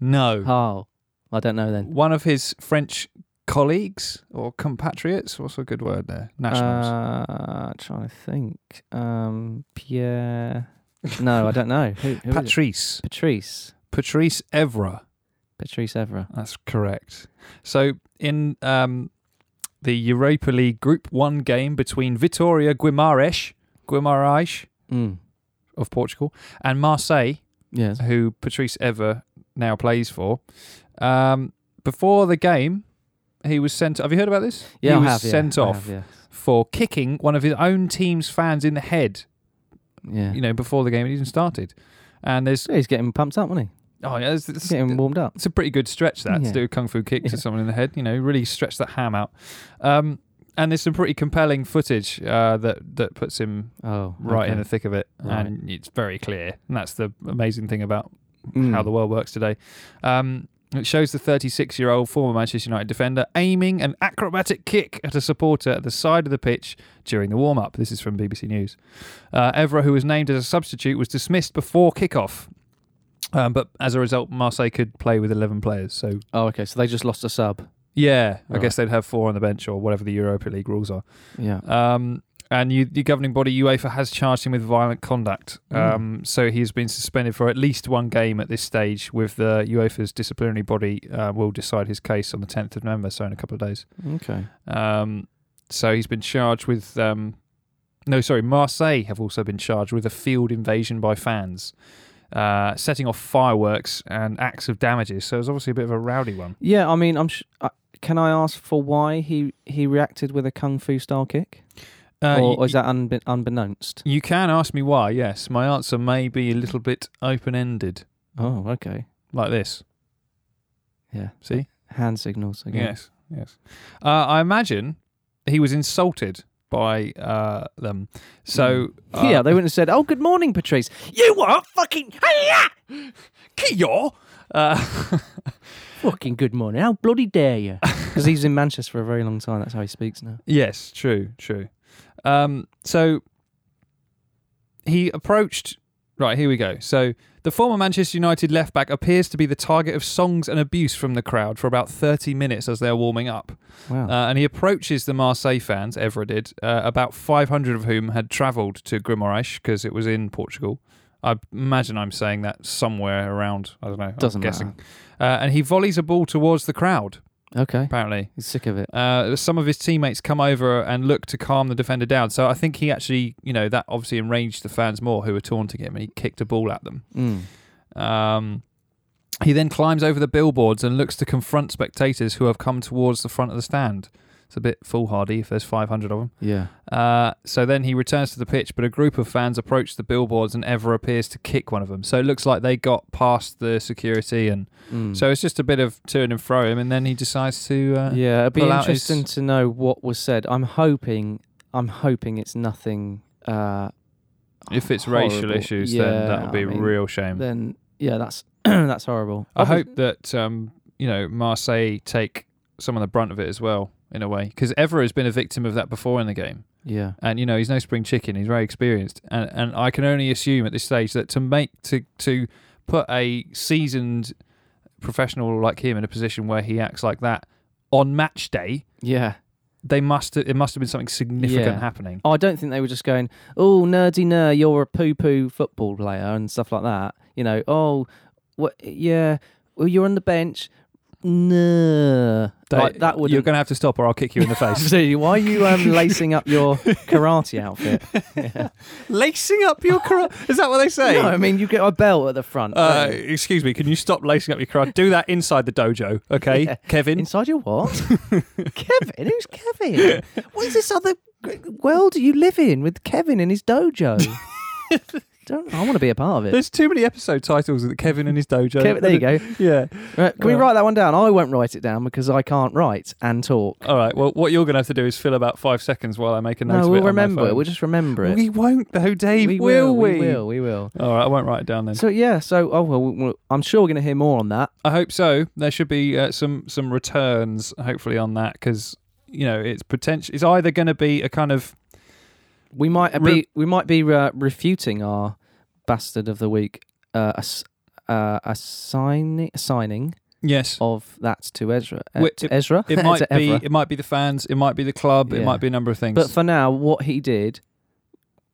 [SPEAKER 2] No.
[SPEAKER 1] Oh, I don't know then.
[SPEAKER 2] one of his French colleagues or compatriots. What's a good word there? Nationals.
[SPEAKER 1] Uh, trying to think. Um, Pierre. No, I don't know. Who, who is it?
[SPEAKER 2] Patrice.
[SPEAKER 1] Patrice.
[SPEAKER 2] Patrice Evra.
[SPEAKER 1] Patrice Evra.
[SPEAKER 2] That's correct. So in um, the Europa League Group One game between Vitória Guimarães, Guimarães
[SPEAKER 1] Mm.
[SPEAKER 2] of Portugal, and Marseille,
[SPEAKER 1] Yes.
[SPEAKER 2] who Patrice Evra now plays for, um, before the game, he was sent. Have you heard about this?
[SPEAKER 1] Yeah,
[SPEAKER 2] he
[SPEAKER 1] I
[SPEAKER 2] was
[SPEAKER 1] have, yeah,
[SPEAKER 2] sent
[SPEAKER 1] I
[SPEAKER 2] off
[SPEAKER 1] have, yes.
[SPEAKER 2] for kicking one of his own team's fans in the head
[SPEAKER 1] Yeah.
[SPEAKER 2] you know, before the game had even started. And there's,
[SPEAKER 1] Yeah, he's getting pumped up, wasn't he?
[SPEAKER 2] oh yeah, it's,
[SPEAKER 1] He's
[SPEAKER 2] it's,
[SPEAKER 1] getting warmed up.
[SPEAKER 2] it's a pretty good stretch that
[SPEAKER 1] Yeah.
[SPEAKER 2] to do a kung fu kick
[SPEAKER 1] Yeah.
[SPEAKER 2] to someone in the head. You know, really stretch that ham out. Um, and there's some pretty compelling footage uh, that that puts him
[SPEAKER 1] Oh,
[SPEAKER 2] right in
[SPEAKER 1] okay.
[SPEAKER 2] the thick of it,
[SPEAKER 1] Right.
[SPEAKER 2] and it's very clear. And that's the amazing thing about
[SPEAKER 1] Mm.
[SPEAKER 2] how the world works today. Um, it shows the 36 year old former Manchester United defender aiming an acrobatic kick at a supporter at the side of the pitch during the warm up. This is from BBC News. Uh, Evra, who was named as a substitute, was dismissed before kickoff. Um, but as a result, Marseille could play with 11 players. So,
[SPEAKER 1] Oh, okay. So they just lost a sub.
[SPEAKER 2] yeah, I
[SPEAKER 1] Right.
[SPEAKER 2] guess they'd have four on the bench or whatever the Europa League rules are.
[SPEAKER 1] Yeah.
[SPEAKER 2] Um, and you, the governing body UEFA has charged him with violent conduct.
[SPEAKER 1] Mm.
[SPEAKER 2] Um, so he has been suspended for at least one game at this stage. With the UEFA's disciplinary body uh, will decide his case on the 10th of November, so in a couple of days.
[SPEAKER 1] Okay.
[SPEAKER 2] Um, so he's been charged with. Um, no, sorry, Marseille have also been charged with a field invasion by fans, uh, setting off fireworks and acts of damages. So it was obviously a bit of a rowdy one.
[SPEAKER 1] Yeah, I mean, I'm. Sh- I, can I ask for why he he reacted with a kung fu style kick,
[SPEAKER 2] Uh,
[SPEAKER 1] or,
[SPEAKER 2] y-
[SPEAKER 1] or is that unbe- unbeknownst?
[SPEAKER 2] you can ask me why, yes. My answer may be a little bit open ended.
[SPEAKER 1] Oh, okay.
[SPEAKER 2] like this.
[SPEAKER 1] Yeah.
[SPEAKER 2] See?
[SPEAKER 1] Hand signals again.
[SPEAKER 2] Yes, yes. Uh, I imagine he was insulted by uh, them. So uh,
[SPEAKER 1] yeah, they wouldn't have said, "Oh, good morning, Patrice." You what? Fucking,
[SPEAKER 2] Kiyo. Uh,
[SPEAKER 1] fucking good morning. How bloody dare you? Because he's in Manchester for a very long time. That's how he speaks now.
[SPEAKER 2] yes, true, true. Um, so he approached. Right here we go. So the former Manchester United left back appears to be the target of songs and abuse from the crowd for about 30 minutes as they're warming up.
[SPEAKER 1] Wow.
[SPEAKER 2] Uh, and he approaches the Marseille fans, Evra did, uh, about 500 of whom had travelled to Guimarães because it was in Portugal. I imagine I'm saying that somewhere around, I don't know,
[SPEAKER 1] Doesn't
[SPEAKER 2] I'm guessing. Uh, and he volleys a ball towards the crowd,
[SPEAKER 1] matter. Okay.
[SPEAKER 2] apparently.
[SPEAKER 1] He's sick of it.
[SPEAKER 2] Uh, some of his teammates come over and look to calm the defender down. So I think he actually, you know, that obviously enraged the fans more who were taunting him and he kicked a ball at them.
[SPEAKER 1] Mm.
[SPEAKER 2] Um, he then climbs over the billboards and looks to confront spectators who have come towards the front of the stand. It's a bit foolhardy if there's 500 of them.
[SPEAKER 1] Yeah.
[SPEAKER 2] Uh, so then he returns to the pitch, but a group of fans approach the billboards and Ever appears to kick one of them. So it looks like they got past the security, and
[SPEAKER 1] Mm.
[SPEAKER 2] so it's just a bit of to and fro him, and then he decides to. Uh,
[SPEAKER 1] yeah, it'd be
[SPEAKER 2] pull out his-
[SPEAKER 1] interesting to know what was said. I'm hoping. I'm hoping it's nothing. Uh,
[SPEAKER 2] If it's racial
[SPEAKER 1] horrible.
[SPEAKER 2] issues,
[SPEAKER 1] Yeah,
[SPEAKER 2] then that would be
[SPEAKER 1] I mean,
[SPEAKER 2] a real shame.
[SPEAKER 1] then yeah, that's that's horrible.
[SPEAKER 2] I
[SPEAKER 1] Obvi-
[SPEAKER 2] hope that um, you know Marseille take some of the brunt of it as well in a way because Ever has been a victim of that before in the game,
[SPEAKER 1] Yeah.
[SPEAKER 2] and you know he's no spring chicken. He's very experienced, and and I can only assume at this stage that to make to to put a seasoned professional like him in a position where he acts like that on match day,
[SPEAKER 1] Yeah.
[SPEAKER 2] they must it must have been something significant
[SPEAKER 1] Yeah.
[SPEAKER 2] happening.
[SPEAKER 1] I don't think they were just going, oh, nerdy ner, you're a poo poo football player and stuff like that. You know, oh, what, yeah, well, you're on the bench. no, like, that would
[SPEAKER 2] You're going to have to stop, or I'll kick you in the face.
[SPEAKER 1] Absolutely. Why are you um, lacing up your karate outfit?
[SPEAKER 2] lacing up your karate? Is that what they say?
[SPEAKER 1] No, I mean you get a belt at the front
[SPEAKER 2] Uh,
[SPEAKER 1] don't you?
[SPEAKER 2] excuse me, can you stop lacing up your karate? Do that inside the dojo, okay,
[SPEAKER 1] Yeah.
[SPEAKER 2] Kevin?
[SPEAKER 1] inside your what? Kevin, who's Kevin? What is this other g- world you live in with Kevin and his dojo? Don't I want to be a part of it?
[SPEAKER 2] There's too many episode titles with Kevin and his dojo.
[SPEAKER 1] Kevin, there you go.
[SPEAKER 2] Yeah.
[SPEAKER 1] Right, can we
[SPEAKER 2] Well-
[SPEAKER 1] write that one down? I won't write it down because I can't write and talk.
[SPEAKER 2] All right. Well, what you're going to have to do is fill about five seconds while I make a note
[SPEAKER 1] No,
[SPEAKER 2] of it.
[SPEAKER 1] we'll
[SPEAKER 2] on my
[SPEAKER 1] remember it.
[SPEAKER 2] phone.
[SPEAKER 1] We'll just remember it.
[SPEAKER 2] We won't, though, Dave.
[SPEAKER 1] We
[SPEAKER 2] will, we?
[SPEAKER 1] We will. We will.
[SPEAKER 2] All right. I won't write it down then.
[SPEAKER 1] So yeah. So oh well. we- we- I'm sure we're going to hear more on that.
[SPEAKER 2] I hope so. There should be uh, some some returns hopefully on that because you know it's potential. It's either going to be a kind of
[SPEAKER 1] We might
[SPEAKER 2] Re-
[SPEAKER 1] be. We might be uh, refuting our bastard of the week. Uh, ass- uh, assigning assigning
[SPEAKER 2] yes.
[SPEAKER 1] of that to Ezra. Uh,
[SPEAKER 2] Wait,
[SPEAKER 1] to Ezra.
[SPEAKER 2] It
[SPEAKER 1] To
[SPEAKER 2] might be
[SPEAKER 1] Ezra.
[SPEAKER 2] it might be the fans. It might be the club. It
[SPEAKER 1] Yeah.
[SPEAKER 2] might be a number of things.
[SPEAKER 1] But for now, what he did.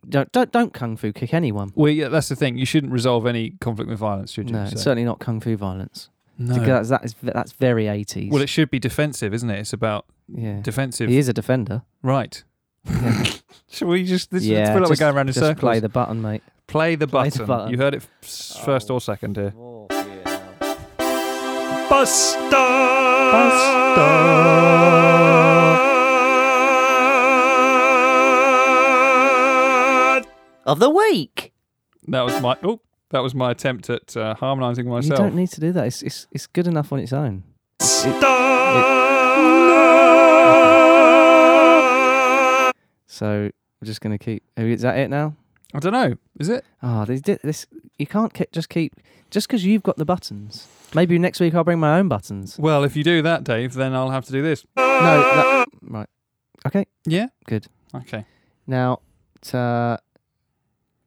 [SPEAKER 1] Don't don't don't kung fu kick anyone.
[SPEAKER 2] well, yeah, that's the thing. You shouldn't resolve any conflict with violence, should you?
[SPEAKER 1] No,
[SPEAKER 2] So-
[SPEAKER 1] it's certainly not kung fu violence.
[SPEAKER 2] no.
[SPEAKER 1] Because that's, that is that's very 80s.
[SPEAKER 2] Well, it should be defensive, isn't it? It's about
[SPEAKER 1] yeah.
[SPEAKER 2] defensive,
[SPEAKER 1] He is a defender.
[SPEAKER 2] right?
[SPEAKER 1] Yeah.
[SPEAKER 2] Should we just this,
[SPEAKER 1] yeah,
[SPEAKER 2] yeah, feel like
[SPEAKER 1] just-
[SPEAKER 2] we're going around in
[SPEAKER 1] just
[SPEAKER 2] circles?
[SPEAKER 1] play the button, mate.
[SPEAKER 2] Play the
[SPEAKER 1] Play
[SPEAKER 2] button.
[SPEAKER 1] the button. Oh.
[SPEAKER 2] You heard it f- first or second here.
[SPEAKER 3] Buster.
[SPEAKER 1] Of the week.
[SPEAKER 2] That was my oh, that was my attempt at uh, harmonising
[SPEAKER 1] You
[SPEAKER 2] myself.
[SPEAKER 1] don't need to do that. It's, it's it's good enough on its own. So we're just gonna keep. Is that it now?
[SPEAKER 2] I don't know. Is it?
[SPEAKER 1] Ah, they did this. You can't ke- just keep just because you've got the buttons. Maybe next week I'll bring my own buttons.
[SPEAKER 2] Well, if you do that, Dave, then I'll have to do this.
[SPEAKER 1] No, that, right. Okay,
[SPEAKER 2] Yeah.
[SPEAKER 1] Good.
[SPEAKER 2] Okay.
[SPEAKER 1] now to,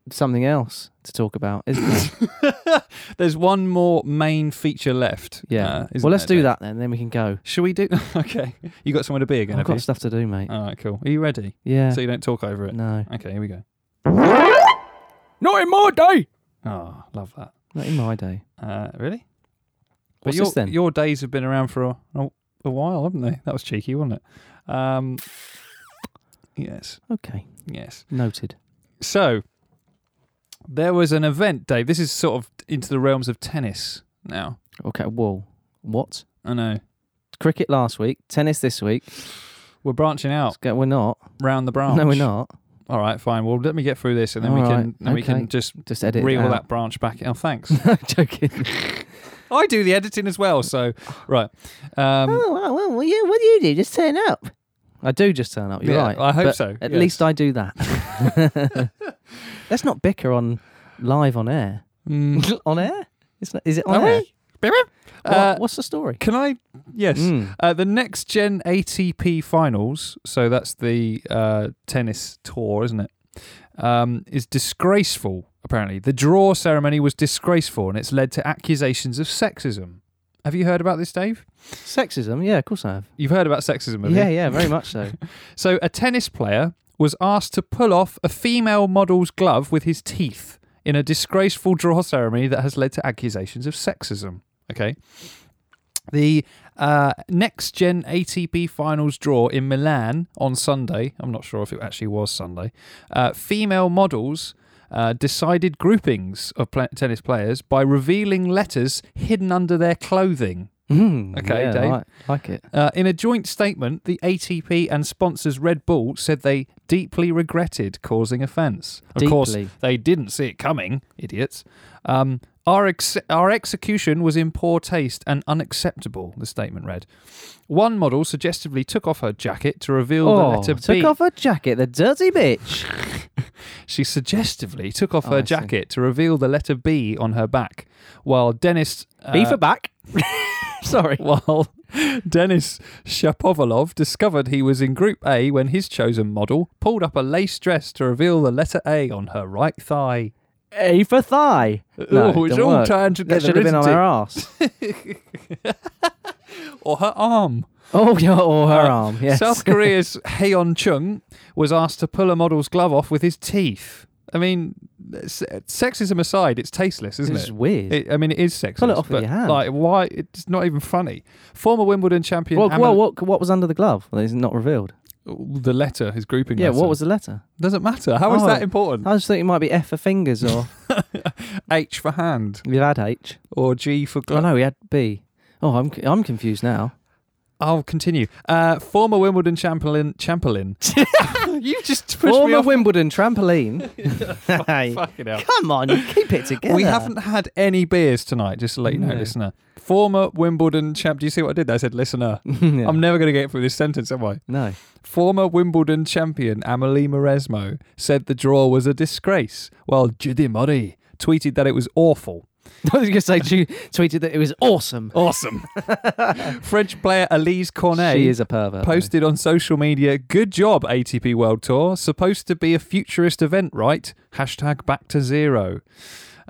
[SPEAKER 1] something else to talk about, isn't there?
[SPEAKER 2] There's one more main feature left.
[SPEAKER 1] Yeah.
[SPEAKER 2] uh, isn't
[SPEAKER 1] well, let's
[SPEAKER 2] there,
[SPEAKER 1] do
[SPEAKER 2] Dave?
[SPEAKER 1] that then. Then we can go.
[SPEAKER 2] Should we do? okay. You got somewhere to be again?
[SPEAKER 1] I've
[SPEAKER 2] have
[SPEAKER 1] got
[SPEAKER 2] you?
[SPEAKER 1] stuff to do, mate.
[SPEAKER 2] All right. Cool. Are you ready?
[SPEAKER 1] yeah.
[SPEAKER 2] So you don't talk over it.
[SPEAKER 1] No.
[SPEAKER 2] Okay. Here we go.
[SPEAKER 1] Not in my day.
[SPEAKER 2] Oh, love that.
[SPEAKER 1] Not in my day.
[SPEAKER 2] Uh, really?
[SPEAKER 1] What's
[SPEAKER 2] your,
[SPEAKER 1] this then?
[SPEAKER 2] Your days have been around for a, a, a while, haven't they? That was cheeky, wasn't it? Um, yes,
[SPEAKER 1] Okay.
[SPEAKER 2] yes.
[SPEAKER 1] Noted.
[SPEAKER 2] So there was an event, Dave. This is sort of into the realms of tennis now.
[SPEAKER 1] Okay. Well, what?
[SPEAKER 2] I know
[SPEAKER 1] Cricket last week. Tennis this week.
[SPEAKER 2] we're branching out
[SPEAKER 1] Let's go- We're not.
[SPEAKER 2] round the branch.
[SPEAKER 1] No, we're not.
[SPEAKER 2] All right, fine. Well, let me get through this, and then
[SPEAKER 1] All
[SPEAKER 2] we can
[SPEAKER 1] right,
[SPEAKER 2] then we
[SPEAKER 1] okay.
[SPEAKER 2] can just
[SPEAKER 1] Just edit. it
[SPEAKER 2] reel
[SPEAKER 1] out.
[SPEAKER 2] that branch back. Oh, thanks.
[SPEAKER 1] No, joking.
[SPEAKER 2] I do the editing as well. So right. Um,
[SPEAKER 1] oh, well, well, well, yeah, what do you do? Just turn up. I do just turn up. You're
[SPEAKER 2] Yeah,
[SPEAKER 1] right.
[SPEAKER 2] I hope
[SPEAKER 1] but
[SPEAKER 2] so,
[SPEAKER 1] At
[SPEAKER 2] yes.
[SPEAKER 1] least I do that. Let's not bicker on live on air.
[SPEAKER 2] mm,
[SPEAKER 1] on air? It's not, is it on
[SPEAKER 2] Are
[SPEAKER 1] air?
[SPEAKER 2] we? uh,
[SPEAKER 1] What- what's the story?
[SPEAKER 2] can I? Yes.
[SPEAKER 1] Mm.
[SPEAKER 2] Uh, the next gen ATP finals, so that's the uh, tennis tour, isn't it? Um, is disgraceful, apparently. The draw ceremony was disgraceful and it's led to accusations of sexism. Have you heard about this, Dave?
[SPEAKER 1] Sexism? Yeah, of course I have.
[SPEAKER 2] You've heard about sexism, have
[SPEAKER 1] Yeah,
[SPEAKER 2] you?
[SPEAKER 1] yeah, very much so.
[SPEAKER 2] So, a tennis player was asked to pull off a female model's glove with his teeth in a disgraceful draw ceremony that has led to accusations of sexism. Okay. The uh, next gen ATP finals draw in Milan on Sunday, I'm not sure if it actually was Sunday, uh, female models. Uh, decided groupings of pla tennis players by revealing letters hidden under their clothing.
[SPEAKER 1] Mm,
[SPEAKER 2] Okay,
[SPEAKER 1] yeah,
[SPEAKER 2] Dave.
[SPEAKER 1] Like, like it.
[SPEAKER 2] Uh, in a joint statement, the ATP and sponsors Red Bull said they deeply regretted causing offence. Of course,
[SPEAKER 1] Deeply.
[SPEAKER 2] they didn't see it coming, idiots. Um, our, ex- our execution was in poor taste and unacceptable, the statement read. One model suggestively took off her jacket to reveal the
[SPEAKER 1] Oh,
[SPEAKER 2] letter
[SPEAKER 1] took
[SPEAKER 2] B.
[SPEAKER 1] off her jacket, the dirty bitch.
[SPEAKER 2] She suggestively took off
[SPEAKER 1] Oh,
[SPEAKER 2] her
[SPEAKER 1] I see.
[SPEAKER 2] jacket to reveal the letter B on her back, while Dennis. Uh,
[SPEAKER 1] Beef her back. Sorry.
[SPEAKER 2] while Denis Shapovalov discovered he was in Group A when his chosen model pulled up a lace dress to reveal the letter A on her right thigh.
[SPEAKER 1] A for thigh. No,
[SPEAKER 2] oh, it's
[SPEAKER 1] didn't
[SPEAKER 2] all
[SPEAKER 1] work.
[SPEAKER 2] tied together,
[SPEAKER 1] That should have been on
[SPEAKER 2] isn't
[SPEAKER 1] her ass.
[SPEAKER 2] it? Or her arm.
[SPEAKER 1] Oh, yeah, or
[SPEAKER 2] Uh,
[SPEAKER 1] her arm. Yes.
[SPEAKER 2] South Korea's Heon Chung was asked to pull a model's glove off with his teeth. I mean, se- sexism aside, it's tasteless, isn't
[SPEAKER 1] This is
[SPEAKER 2] it?
[SPEAKER 1] weird.
[SPEAKER 2] It- I mean, it is sexist.
[SPEAKER 1] Pull it off with
[SPEAKER 2] but
[SPEAKER 1] your hand.
[SPEAKER 2] like, why? It's not even funny. Former Wimbledon champion.
[SPEAKER 1] well,
[SPEAKER 2] Amel-
[SPEAKER 1] well, what what was under the glove? Well, it's not revealed.
[SPEAKER 2] the letter, his grouping.
[SPEAKER 1] Yeah,
[SPEAKER 2] letter.
[SPEAKER 1] what was the letter?
[SPEAKER 2] Doesn't matter. How is
[SPEAKER 1] Oh.
[SPEAKER 2] that important?
[SPEAKER 1] I just think it might be F for fingers or
[SPEAKER 2] H for hand
[SPEAKER 1] we've had H.
[SPEAKER 2] or G for
[SPEAKER 1] Oh
[SPEAKER 2] glove.
[SPEAKER 1] no, we had B. Oh, I'm I'm confused now.
[SPEAKER 2] I'll continue. Uh, former Wimbledon champion. Champion. you just pushed me
[SPEAKER 1] Former
[SPEAKER 2] off.
[SPEAKER 1] Wimbledon trampoline. Hey,
[SPEAKER 2] Fucking hell.
[SPEAKER 1] come on, you keep it together.
[SPEAKER 2] We haven't had any beers tonight, just to let you know,
[SPEAKER 1] No.
[SPEAKER 2] listener. Former Wimbledon champ. Do you see what I did there? I said, listener.
[SPEAKER 1] Yeah.
[SPEAKER 2] I'm never going to get through this sentence, am I?
[SPEAKER 1] no.
[SPEAKER 2] Former Wimbledon champion Amelie Maresmo said the draw was a disgrace, while Judy Murray tweeted that it was awful.
[SPEAKER 1] I was going to say she tweeted that it was awesome.
[SPEAKER 2] Awesome. French player Elise Cornet
[SPEAKER 1] She is a pervert. though.
[SPEAKER 2] posted on social media, good job, ATP World Tour. Supposed to be a futurist event, right? Hashtag back to zero.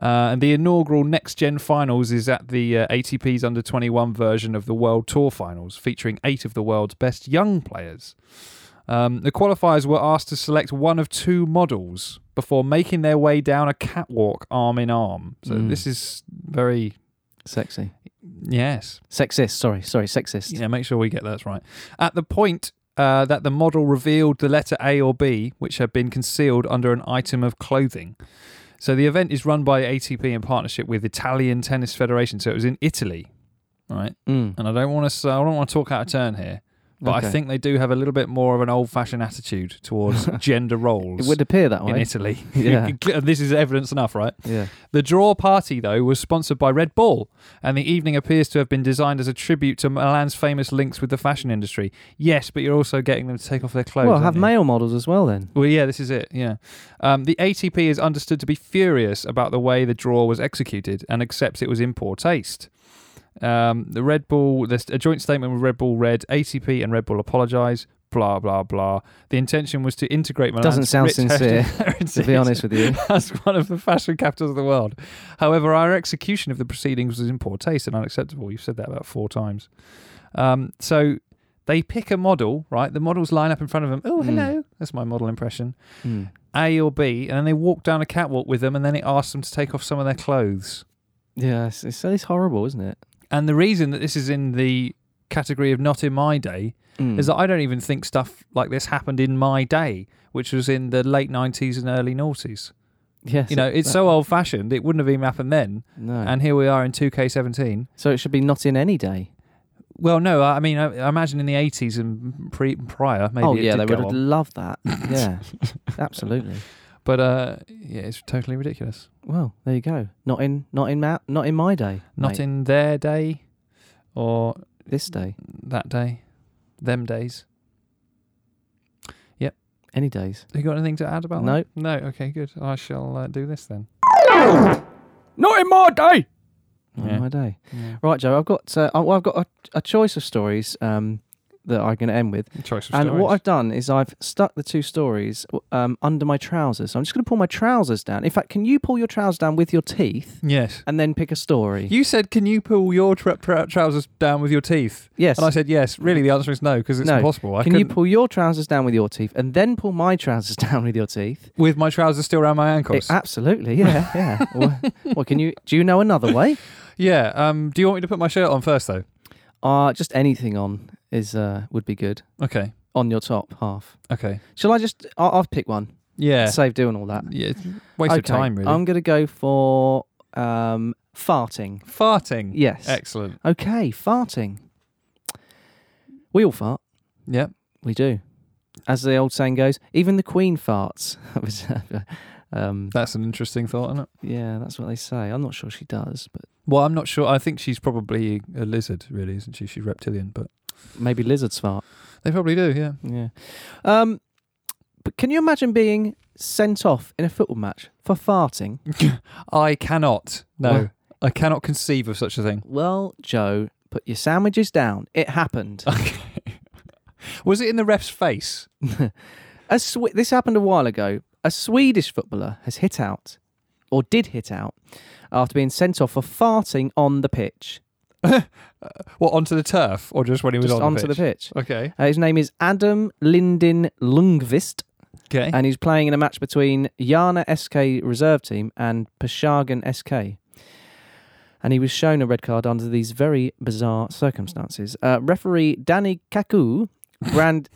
[SPEAKER 2] Uh, and the inaugural Next Gen Finals is at the uh, ATP's under 21 version of the World Tour Finals, featuring eight of the world's best young players. Um, the qualifiers were asked to select one of two models before making their way down a catwalk arm in arm. So
[SPEAKER 1] Mm.
[SPEAKER 2] this is very,
[SPEAKER 1] Sexy.
[SPEAKER 2] yes.
[SPEAKER 1] Sexist, sorry, sorry, sexist.
[SPEAKER 2] Yeah, make sure we get that right. At the point uh, that the model revealed the letter A or B, which had been concealed under an item of clothing. So the event is run by ATP in partnership with Italian Tennis Federation. So it was in Italy, right?
[SPEAKER 1] Mm.
[SPEAKER 2] And I don't want to. I don't want to talk out of turn here, but
[SPEAKER 1] Okay.
[SPEAKER 2] I think they do have a little bit more of an old-fashioned attitude towards gender roles
[SPEAKER 1] It would appear that
[SPEAKER 2] in
[SPEAKER 1] way.
[SPEAKER 2] Italy.
[SPEAKER 1] Yeah.
[SPEAKER 2] this is evidence enough, right?
[SPEAKER 1] Yeah.
[SPEAKER 2] The draw party, though, was sponsored by Red Bull, and the evening appears to have been designed as a tribute to Milan's famous links with the fashion industry. Yes, but you're also getting them to take off their clothes.
[SPEAKER 1] Well,
[SPEAKER 2] aren't
[SPEAKER 1] have
[SPEAKER 2] you?
[SPEAKER 1] male models as well then.
[SPEAKER 2] Well, yeah, this is it. Yeah, um, the ATP is understood to be furious about the way the draw was executed and accepts it was in poor taste. Um, the Red Bull, this, a joint statement with Red Bull read, ATP and Red Bull apologise. Blah blah blah. The intention was to integrate Milan's
[SPEAKER 1] Doesn't sound
[SPEAKER 2] rich
[SPEAKER 1] sincere,
[SPEAKER 2] heritage-
[SPEAKER 1] To be honest with you.
[SPEAKER 2] as one of the fashion capitals of the world. However, our execution of the proceedings was in poor taste and unacceptable. You've said that about four times. Um, so they pick a model, right? The models line up in front of them. Oh,
[SPEAKER 1] Mm.
[SPEAKER 2] hello. That's my model impression.
[SPEAKER 1] Mm.
[SPEAKER 2] A or B. And then they walk down a catwalk with them and then it asks them to take off some of their clothes.
[SPEAKER 1] Yeah, it's, it's, it's horrible, isn't it?
[SPEAKER 2] And the reason that this is in the category of not in my day
[SPEAKER 1] Mm.
[SPEAKER 2] is that I don't even think stuff like this happened in my day, which was in the late 90s and early noughties.
[SPEAKER 1] yes,
[SPEAKER 2] You know, it's so old fashioned, it wouldn't have even happened then.
[SPEAKER 1] No.
[SPEAKER 2] And here we are in 2K17.
[SPEAKER 1] so it should be not in any day.
[SPEAKER 2] Well, no, I I mean, I, I imagine in the 80s and pre prior, maybe
[SPEAKER 1] oh
[SPEAKER 2] it
[SPEAKER 1] yeah,
[SPEAKER 2] did
[SPEAKER 1] they would
[SPEAKER 2] go
[SPEAKER 1] have
[SPEAKER 2] on.
[SPEAKER 1] loved that. yeah, absolutely.
[SPEAKER 2] But uh, yeah, it's totally ridiculous.
[SPEAKER 1] Well, there you go. Not in, not in, ma- not in my day.
[SPEAKER 2] Not
[SPEAKER 1] mate.
[SPEAKER 2] in their day or
[SPEAKER 1] this day.
[SPEAKER 2] that day, them days.
[SPEAKER 1] Any days.
[SPEAKER 2] You got anything to add about
[SPEAKER 1] No.
[SPEAKER 2] that? No. Okay, good. I shall uh, do this then.
[SPEAKER 1] Not in my day. Not
[SPEAKER 2] Yeah.
[SPEAKER 1] in my day.
[SPEAKER 2] Yeah.
[SPEAKER 1] Right, Joe. I've got. Uh, I- well, I've got a, a choice of stories um, that I'm going to end with.
[SPEAKER 2] Choice of
[SPEAKER 1] And
[SPEAKER 2] stories.
[SPEAKER 1] what I've done is I've stuck the two stories w- um, under my trousers. So I'm just going to pull my trousers down. In fact, can you pull your trousers down with your teeth
[SPEAKER 2] Yes.
[SPEAKER 1] and then pick a story?
[SPEAKER 2] You said, can you pull your tra- tra- trousers down with your teeth?
[SPEAKER 1] yes.
[SPEAKER 2] And I said, yes. Really, the answer is no, because it's
[SPEAKER 1] No.
[SPEAKER 2] impossible. I
[SPEAKER 1] can you
[SPEAKER 2] couldn't,
[SPEAKER 1] pull your trousers down with your teeth and then pull my trousers down with your teeth?
[SPEAKER 2] with my trousers still around my ankles.
[SPEAKER 1] It- absolutely, yeah, yeah. well, well, can you? Do you know another way?
[SPEAKER 2] yeah. Um. Do you want me to put my shirt on first, though?
[SPEAKER 1] Uh just anything on is uh would be good
[SPEAKER 2] Okay.
[SPEAKER 1] on your top half.
[SPEAKER 2] Okay.
[SPEAKER 1] Shall I just? I'll, I'll pick one.
[SPEAKER 2] Yeah.
[SPEAKER 1] Save doing all that.
[SPEAKER 2] yeah. it's a Waste of
[SPEAKER 1] uh, Okay,
[SPEAKER 2] time, really.
[SPEAKER 1] I'm gonna go for um farting.
[SPEAKER 2] farting.
[SPEAKER 1] Yes.
[SPEAKER 2] Excellent.
[SPEAKER 1] Okay, farting. We all fart.
[SPEAKER 2] Yep.
[SPEAKER 1] We do. As the old saying goes, even the queen farts. That was, um,
[SPEAKER 2] That's an interesting thought, isn't it?
[SPEAKER 1] yeah, that's what they say. I'm not sure she does, but
[SPEAKER 2] Well, I'm not sure. I think she's probably a lizard, really, isn't she? She's reptilian, but
[SPEAKER 1] maybe lizards fart.
[SPEAKER 2] they probably do, yeah.
[SPEAKER 1] Yeah. Um, but can you imagine being sent off in a football match for farting?
[SPEAKER 2] I cannot. No.
[SPEAKER 1] Well-
[SPEAKER 2] I cannot conceive of such a thing.
[SPEAKER 1] Well, Joe, put your sandwiches down. It happened.
[SPEAKER 2] Okay. Was it in the ref's face?
[SPEAKER 1] a Swe- this happened a while ago. A Swedish footballer has hit out, or did hit out, after being sent off for farting on the pitch,
[SPEAKER 2] Uh, What, onto the turf or just when he was
[SPEAKER 1] just
[SPEAKER 2] on
[SPEAKER 1] onto the Uh,
[SPEAKER 2] the pitch?
[SPEAKER 1] pitch.
[SPEAKER 2] Okay.
[SPEAKER 1] Uh, his name is Adam Lindin Lungvist.
[SPEAKER 2] Okay.
[SPEAKER 1] and he's playing in a match between Yana SK reserve team and Pashagan SK. And he was shown a red card under these very bizarre circumstances. Uh, referee Danny Kaku brand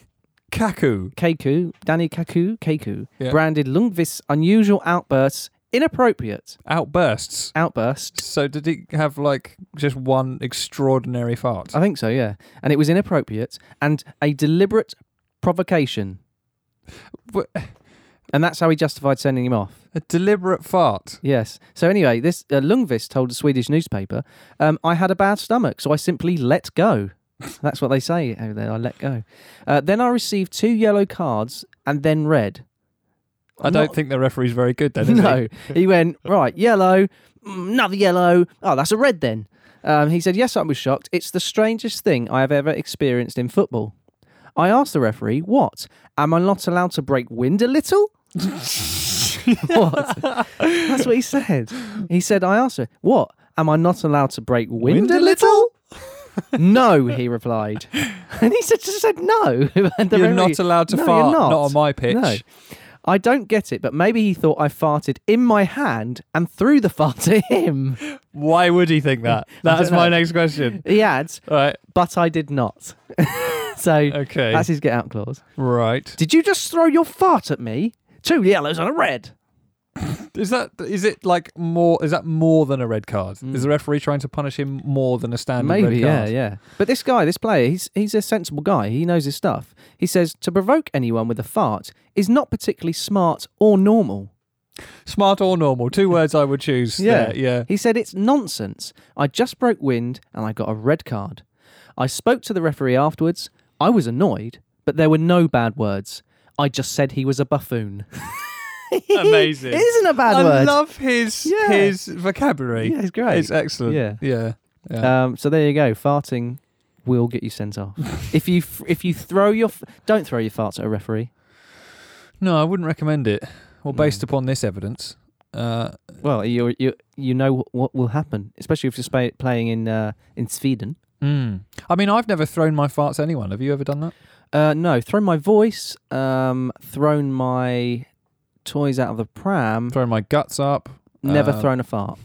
[SPEAKER 2] Kaku.
[SPEAKER 1] Kaku, Danny Kaku, Kaku
[SPEAKER 2] Yeah.
[SPEAKER 1] branded Lundqvist's unusual outbursts inappropriate.
[SPEAKER 2] Outbursts.
[SPEAKER 1] Outburst.
[SPEAKER 2] So did he have like just one extraordinary fart?
[SPEAKER 1] I think so, yeah. And it was inappropriate and a deliberate provocation.
[SPEAKER 2] Wha-
[SPEAKER 1] And that's how he justified sending him off.
[SPEAKER 2] A deliberate fart.
[SPEAKER 1] Yes. So anyway, this uh, Lundqvist told a Swedish newspaper, um, "I had a bad stomach, so I simply let go." That's what they say over there. I let go. Uh, then I received two yellow cards and then red.
[SPEAKER 2] I
[SPEAKER 1] I'm
[SPEAKER 2] don't
[SPEAKER 1] not-
[SPEAKER 2] think the referee's very good then. Is
[SPEAKER 1] no, he went right yellow, mm, another yellow. Oh, that's a red then. Um, he said, "Yes, I was shocked. It's the strangest thing I have ever experienced in football." I asked the referee, "What? Am I not allowed to break wind a little?" what? That's what he said. He said, I asked her, what? Am I not allowed to break wind, a little? no, he replied. And he said, just said no. And the
[SPEAKER 2] You're
[SPEAKER 1] referee-
[SPEAKER 2] not allowed to
[SPEAKER 1] No, you're
[SPEAKER 2] fart.
[SPEAKER 1] not.
[SPEAKER 2] on my pitch.
[SPEAKER 1] No. I don't get it, but maybe he thought I farted in my hand and threw the fart at him.
[SPEAKER 2] Why would he think that?
[SPEAKER 1] don't
[SPEAKER 2] That's my
[SPEAKER 1] know.
[SPEAKER 2] next question.
[SPEAKER 1] He adds,
[SPEAKER 2] All right.
[SPEAKER 1] but I did not. so
[SPEAKER 2] Okay.
[SPEAKER 1] that's his get out clause.
[SPEAKER 2] right.
[SPEAKER 1] Did you just throw your fart at me? Two yellows and a red.
[SPEAKER 2] Is that is it like more? Is that more than a red card? Is the referee trying to punish him more than a standard
[SPEAKER 1] Mm. Maybe,
[SPEAKER 2] red
[SPEAKER 1] yeah,
[SPEAKER 2] card?
[SPEAKER 1] yeah. But this guy, this player, he's he's a sensible guy. He knows his stuff. He says to provoke anyone with a fart is not particularly smart or normal.
[SPEAKER 2] Smart or normal? Two words I would choose.
[SPEAKER 1] Yeah.
[SPEAKER 2] there, yeah.
[SPEAKER 1] He said it's nonsense. I just broke wind and I got a red card. I spoke to the referee afterwards. I was annoyed, but there were no bad words. I just said he was a buffoon.
[SPEAKER 2] Amazing.
[SPEAKER 1] it isn't a bad
[SPEAKER 2] I
[SPEAKER 1] word.
[SPEAKER 2] love his
[SPEAKER 1] Yeah.
[SPEAKER 2] his vocabulary.
[SPEAKER 1] Yeah, it's great.
[SPEAKER 2] It's uh, excellent.
[SPEAKER 1] Yeah.
[SPEAKER 2] yeah. yeah.
[SPEAKER 1] um, so there you go. Farting will get you sent off. if you f- if you throw your f- don't throw your farts at a referee.
[SPEAKER 2] no, I wouldn't recommend it. Well, based upon this evidence, uh,
[SPEAKER 1] Well, you you you know wh- what will happen, especially if you're spa playing in uh, in Sweden.
[SPEAKER 2] mm. I mean, I've never thrown my farts at anyone. Have you ever done that?
[SPEAKER 1] Uh, no, thrown my voice, um, thrown my toys out of the pram.
[SPEAKER 2] Thrown my guts up.
[SPEAKER 1] Never
[SPEAKER 2] uh,
[SPEAKER 1] thrown a fart.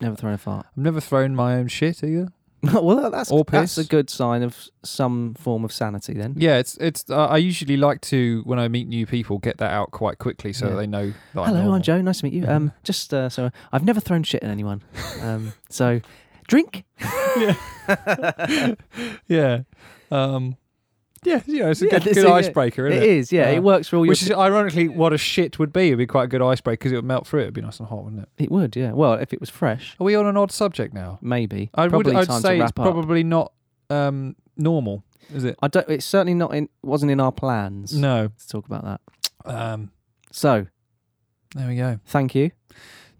[SPEAKER 1] Never thrown a fart.
[SPEAKER 2] I've never thrown my own shit either.
[SPEAKER 1] well, that- that's
[SPEAKER 2] Or
[SPEAKER 1] that's a
[SPEAKER 2] piss.
[SPEAKER 1] good sign of s- some form of sanity. Then
[SPEAKER 2] Yeah, it's it's. Uh, I usually like to when I meet new people get that out quite quickly so
[SPEAKER 1] Yeah.
[SPEAKER 2] they know. That I'm
[SPEAKER 1] hello,
[SPEAKER 2] normal.
[SPEAKER 1] I'm Joe. Nice to meet you. Um, just uh, so I've never thrown shit at anyone. Um, so drink.
[SPEAKER 2] Yeah, um, yeah, yeah. It's a
[SPEAKER 1] Yeah,
[SPEAKER 2] good,
[SPEAKER 1] this
[SPEAKER 2] good
[SPEAKER 1] is it.
[SPEAKER 2] icebreaker,
[SPEAKER 1] it
[SPEAKER 2] isn't it?
[SPEAKER 1] is. Yeah,
[SPEAKER 2] Uh,
[SPEAKER 1] it works for all your.
[SPEAKER 2] Which is ironically what a shit would be. It'd be quite a good icebreaker because it would melt through. It'd be nice and hot, wouldn't it?
[SPEAKER 1] it would. Yeah. Well, if it was fresh,
[SPEAKER 2] Are we on an odd subject now?
[SPEAKER 1] maybe.
[SPEAKER 2] I
[SPEAKER 1] probably
[SPEAKER 2] would. I'd
[SPEAKER 1] time
[SPEAKER 2] say
[SPEAKER 1] to
[SPEAKER 2] it's
[SPEAKER 1] wrap up.
[SPEAKER 2] probably not um, normal, is it?
[SPEAKER 1] I don't. It's certainly not in. Wasn't in our plans
[SPEAKER 2] No.
[SPEAKER 1] to talk about that.
[SPEAKER 2] Um,
[SPEAKER 1] So
[SPEAKER 2] there we go.
[SPEAKER 1] thank you.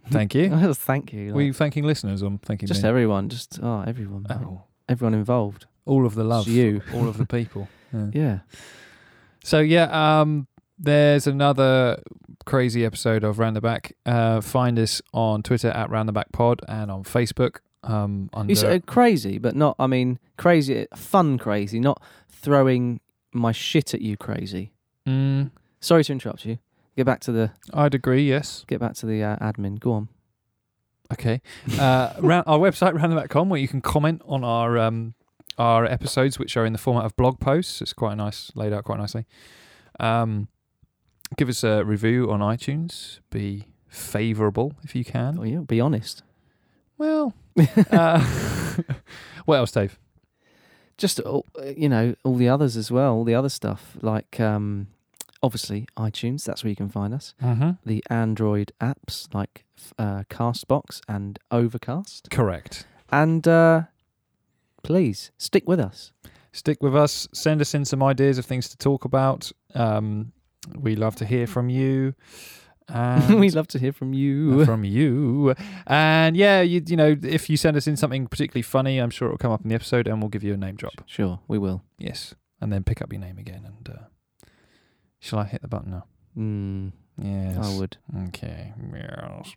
[SPEAKER 2] Oh, Thank
[SPEAKER 1] I
[SPEAKER 2] you.
[SPEAKER 1] was thank you. like,
[SPEAKER 2] Were you thanking listeners? or thanking
[SPEAKER 1] just
[SPEAKER 2] me?
[SPEAKER 1] everyone. Just oh, everyone.
[SPEAKER 2] Oh,
[SPEAKER 1] Everyone involved.
[SPEAKER 2] all of the love.
[SPEAKER 1] It's you.
[SPEAKER 2] All of the people. Yeah.
[SPEAKER 1] Yeah.
[SPEAKER 2] So yeah, um, there's another crazy episode of Round the Back. Uh, find us on Twitter at Round the Back Pod and on Facebook. Um, under
[SPEAKER 1] You said uh, crazy, but not. I mean, crazy. Fun crazy, not throwing my shit at you. Crazy.
[SPEAKER 2] Mm,
[SPEAKER 1] Sorry to interrupt you. Get back to the
[SPEAKER 2] I'd agree. Yes.
[SPEAKER 1] get back to the uh, admin. Go on.
[SPEAKER 2] Okay. Uh, round, our website roundtheback.com where you can comment on our um, our episodes, which are in the format of blog posts. It's quite nice, laid out quite nicely. Um, give us a review on iTunes. Be favourable if you can.
[SPEAKER 1] Oh, yeah. Be honest.
[SPEAKER 2] Well, uh, what else, Dave?
[SPEAKER 1] just all, you know all the others as well all the other stuff like um obviously itunes that's where you can find us
[SPEAKER 2] Mm-hmm.
[SPEAKER 1] the android apps like f- uh, castbox and overcast
[SPEAKER 2] Correct.
[SPEAKER 1] and uh please stick with us
[SPEAKER 2] Stick with us. Send us in some ideas of things to talk about. Um, we love to hear from you. And
[SPEAKER 1] we'd love to hear from you
[SPEAKER 2] Uh, from you. And yeah, you you know, if you send us in something particularly funny, I'm sure it'll come up in the episode, and we'll give you a name drop.
[SPEAKER 1] sure we will
[SPEAKER 2] Yes, and then pick up your name again. And uh, shall I hit the button now?
[SPEAKER 1] mm,
[SPEAKER 2] Yes.
[SPEAKER 1] i would
[SPEAKER 2] Okay. Yes.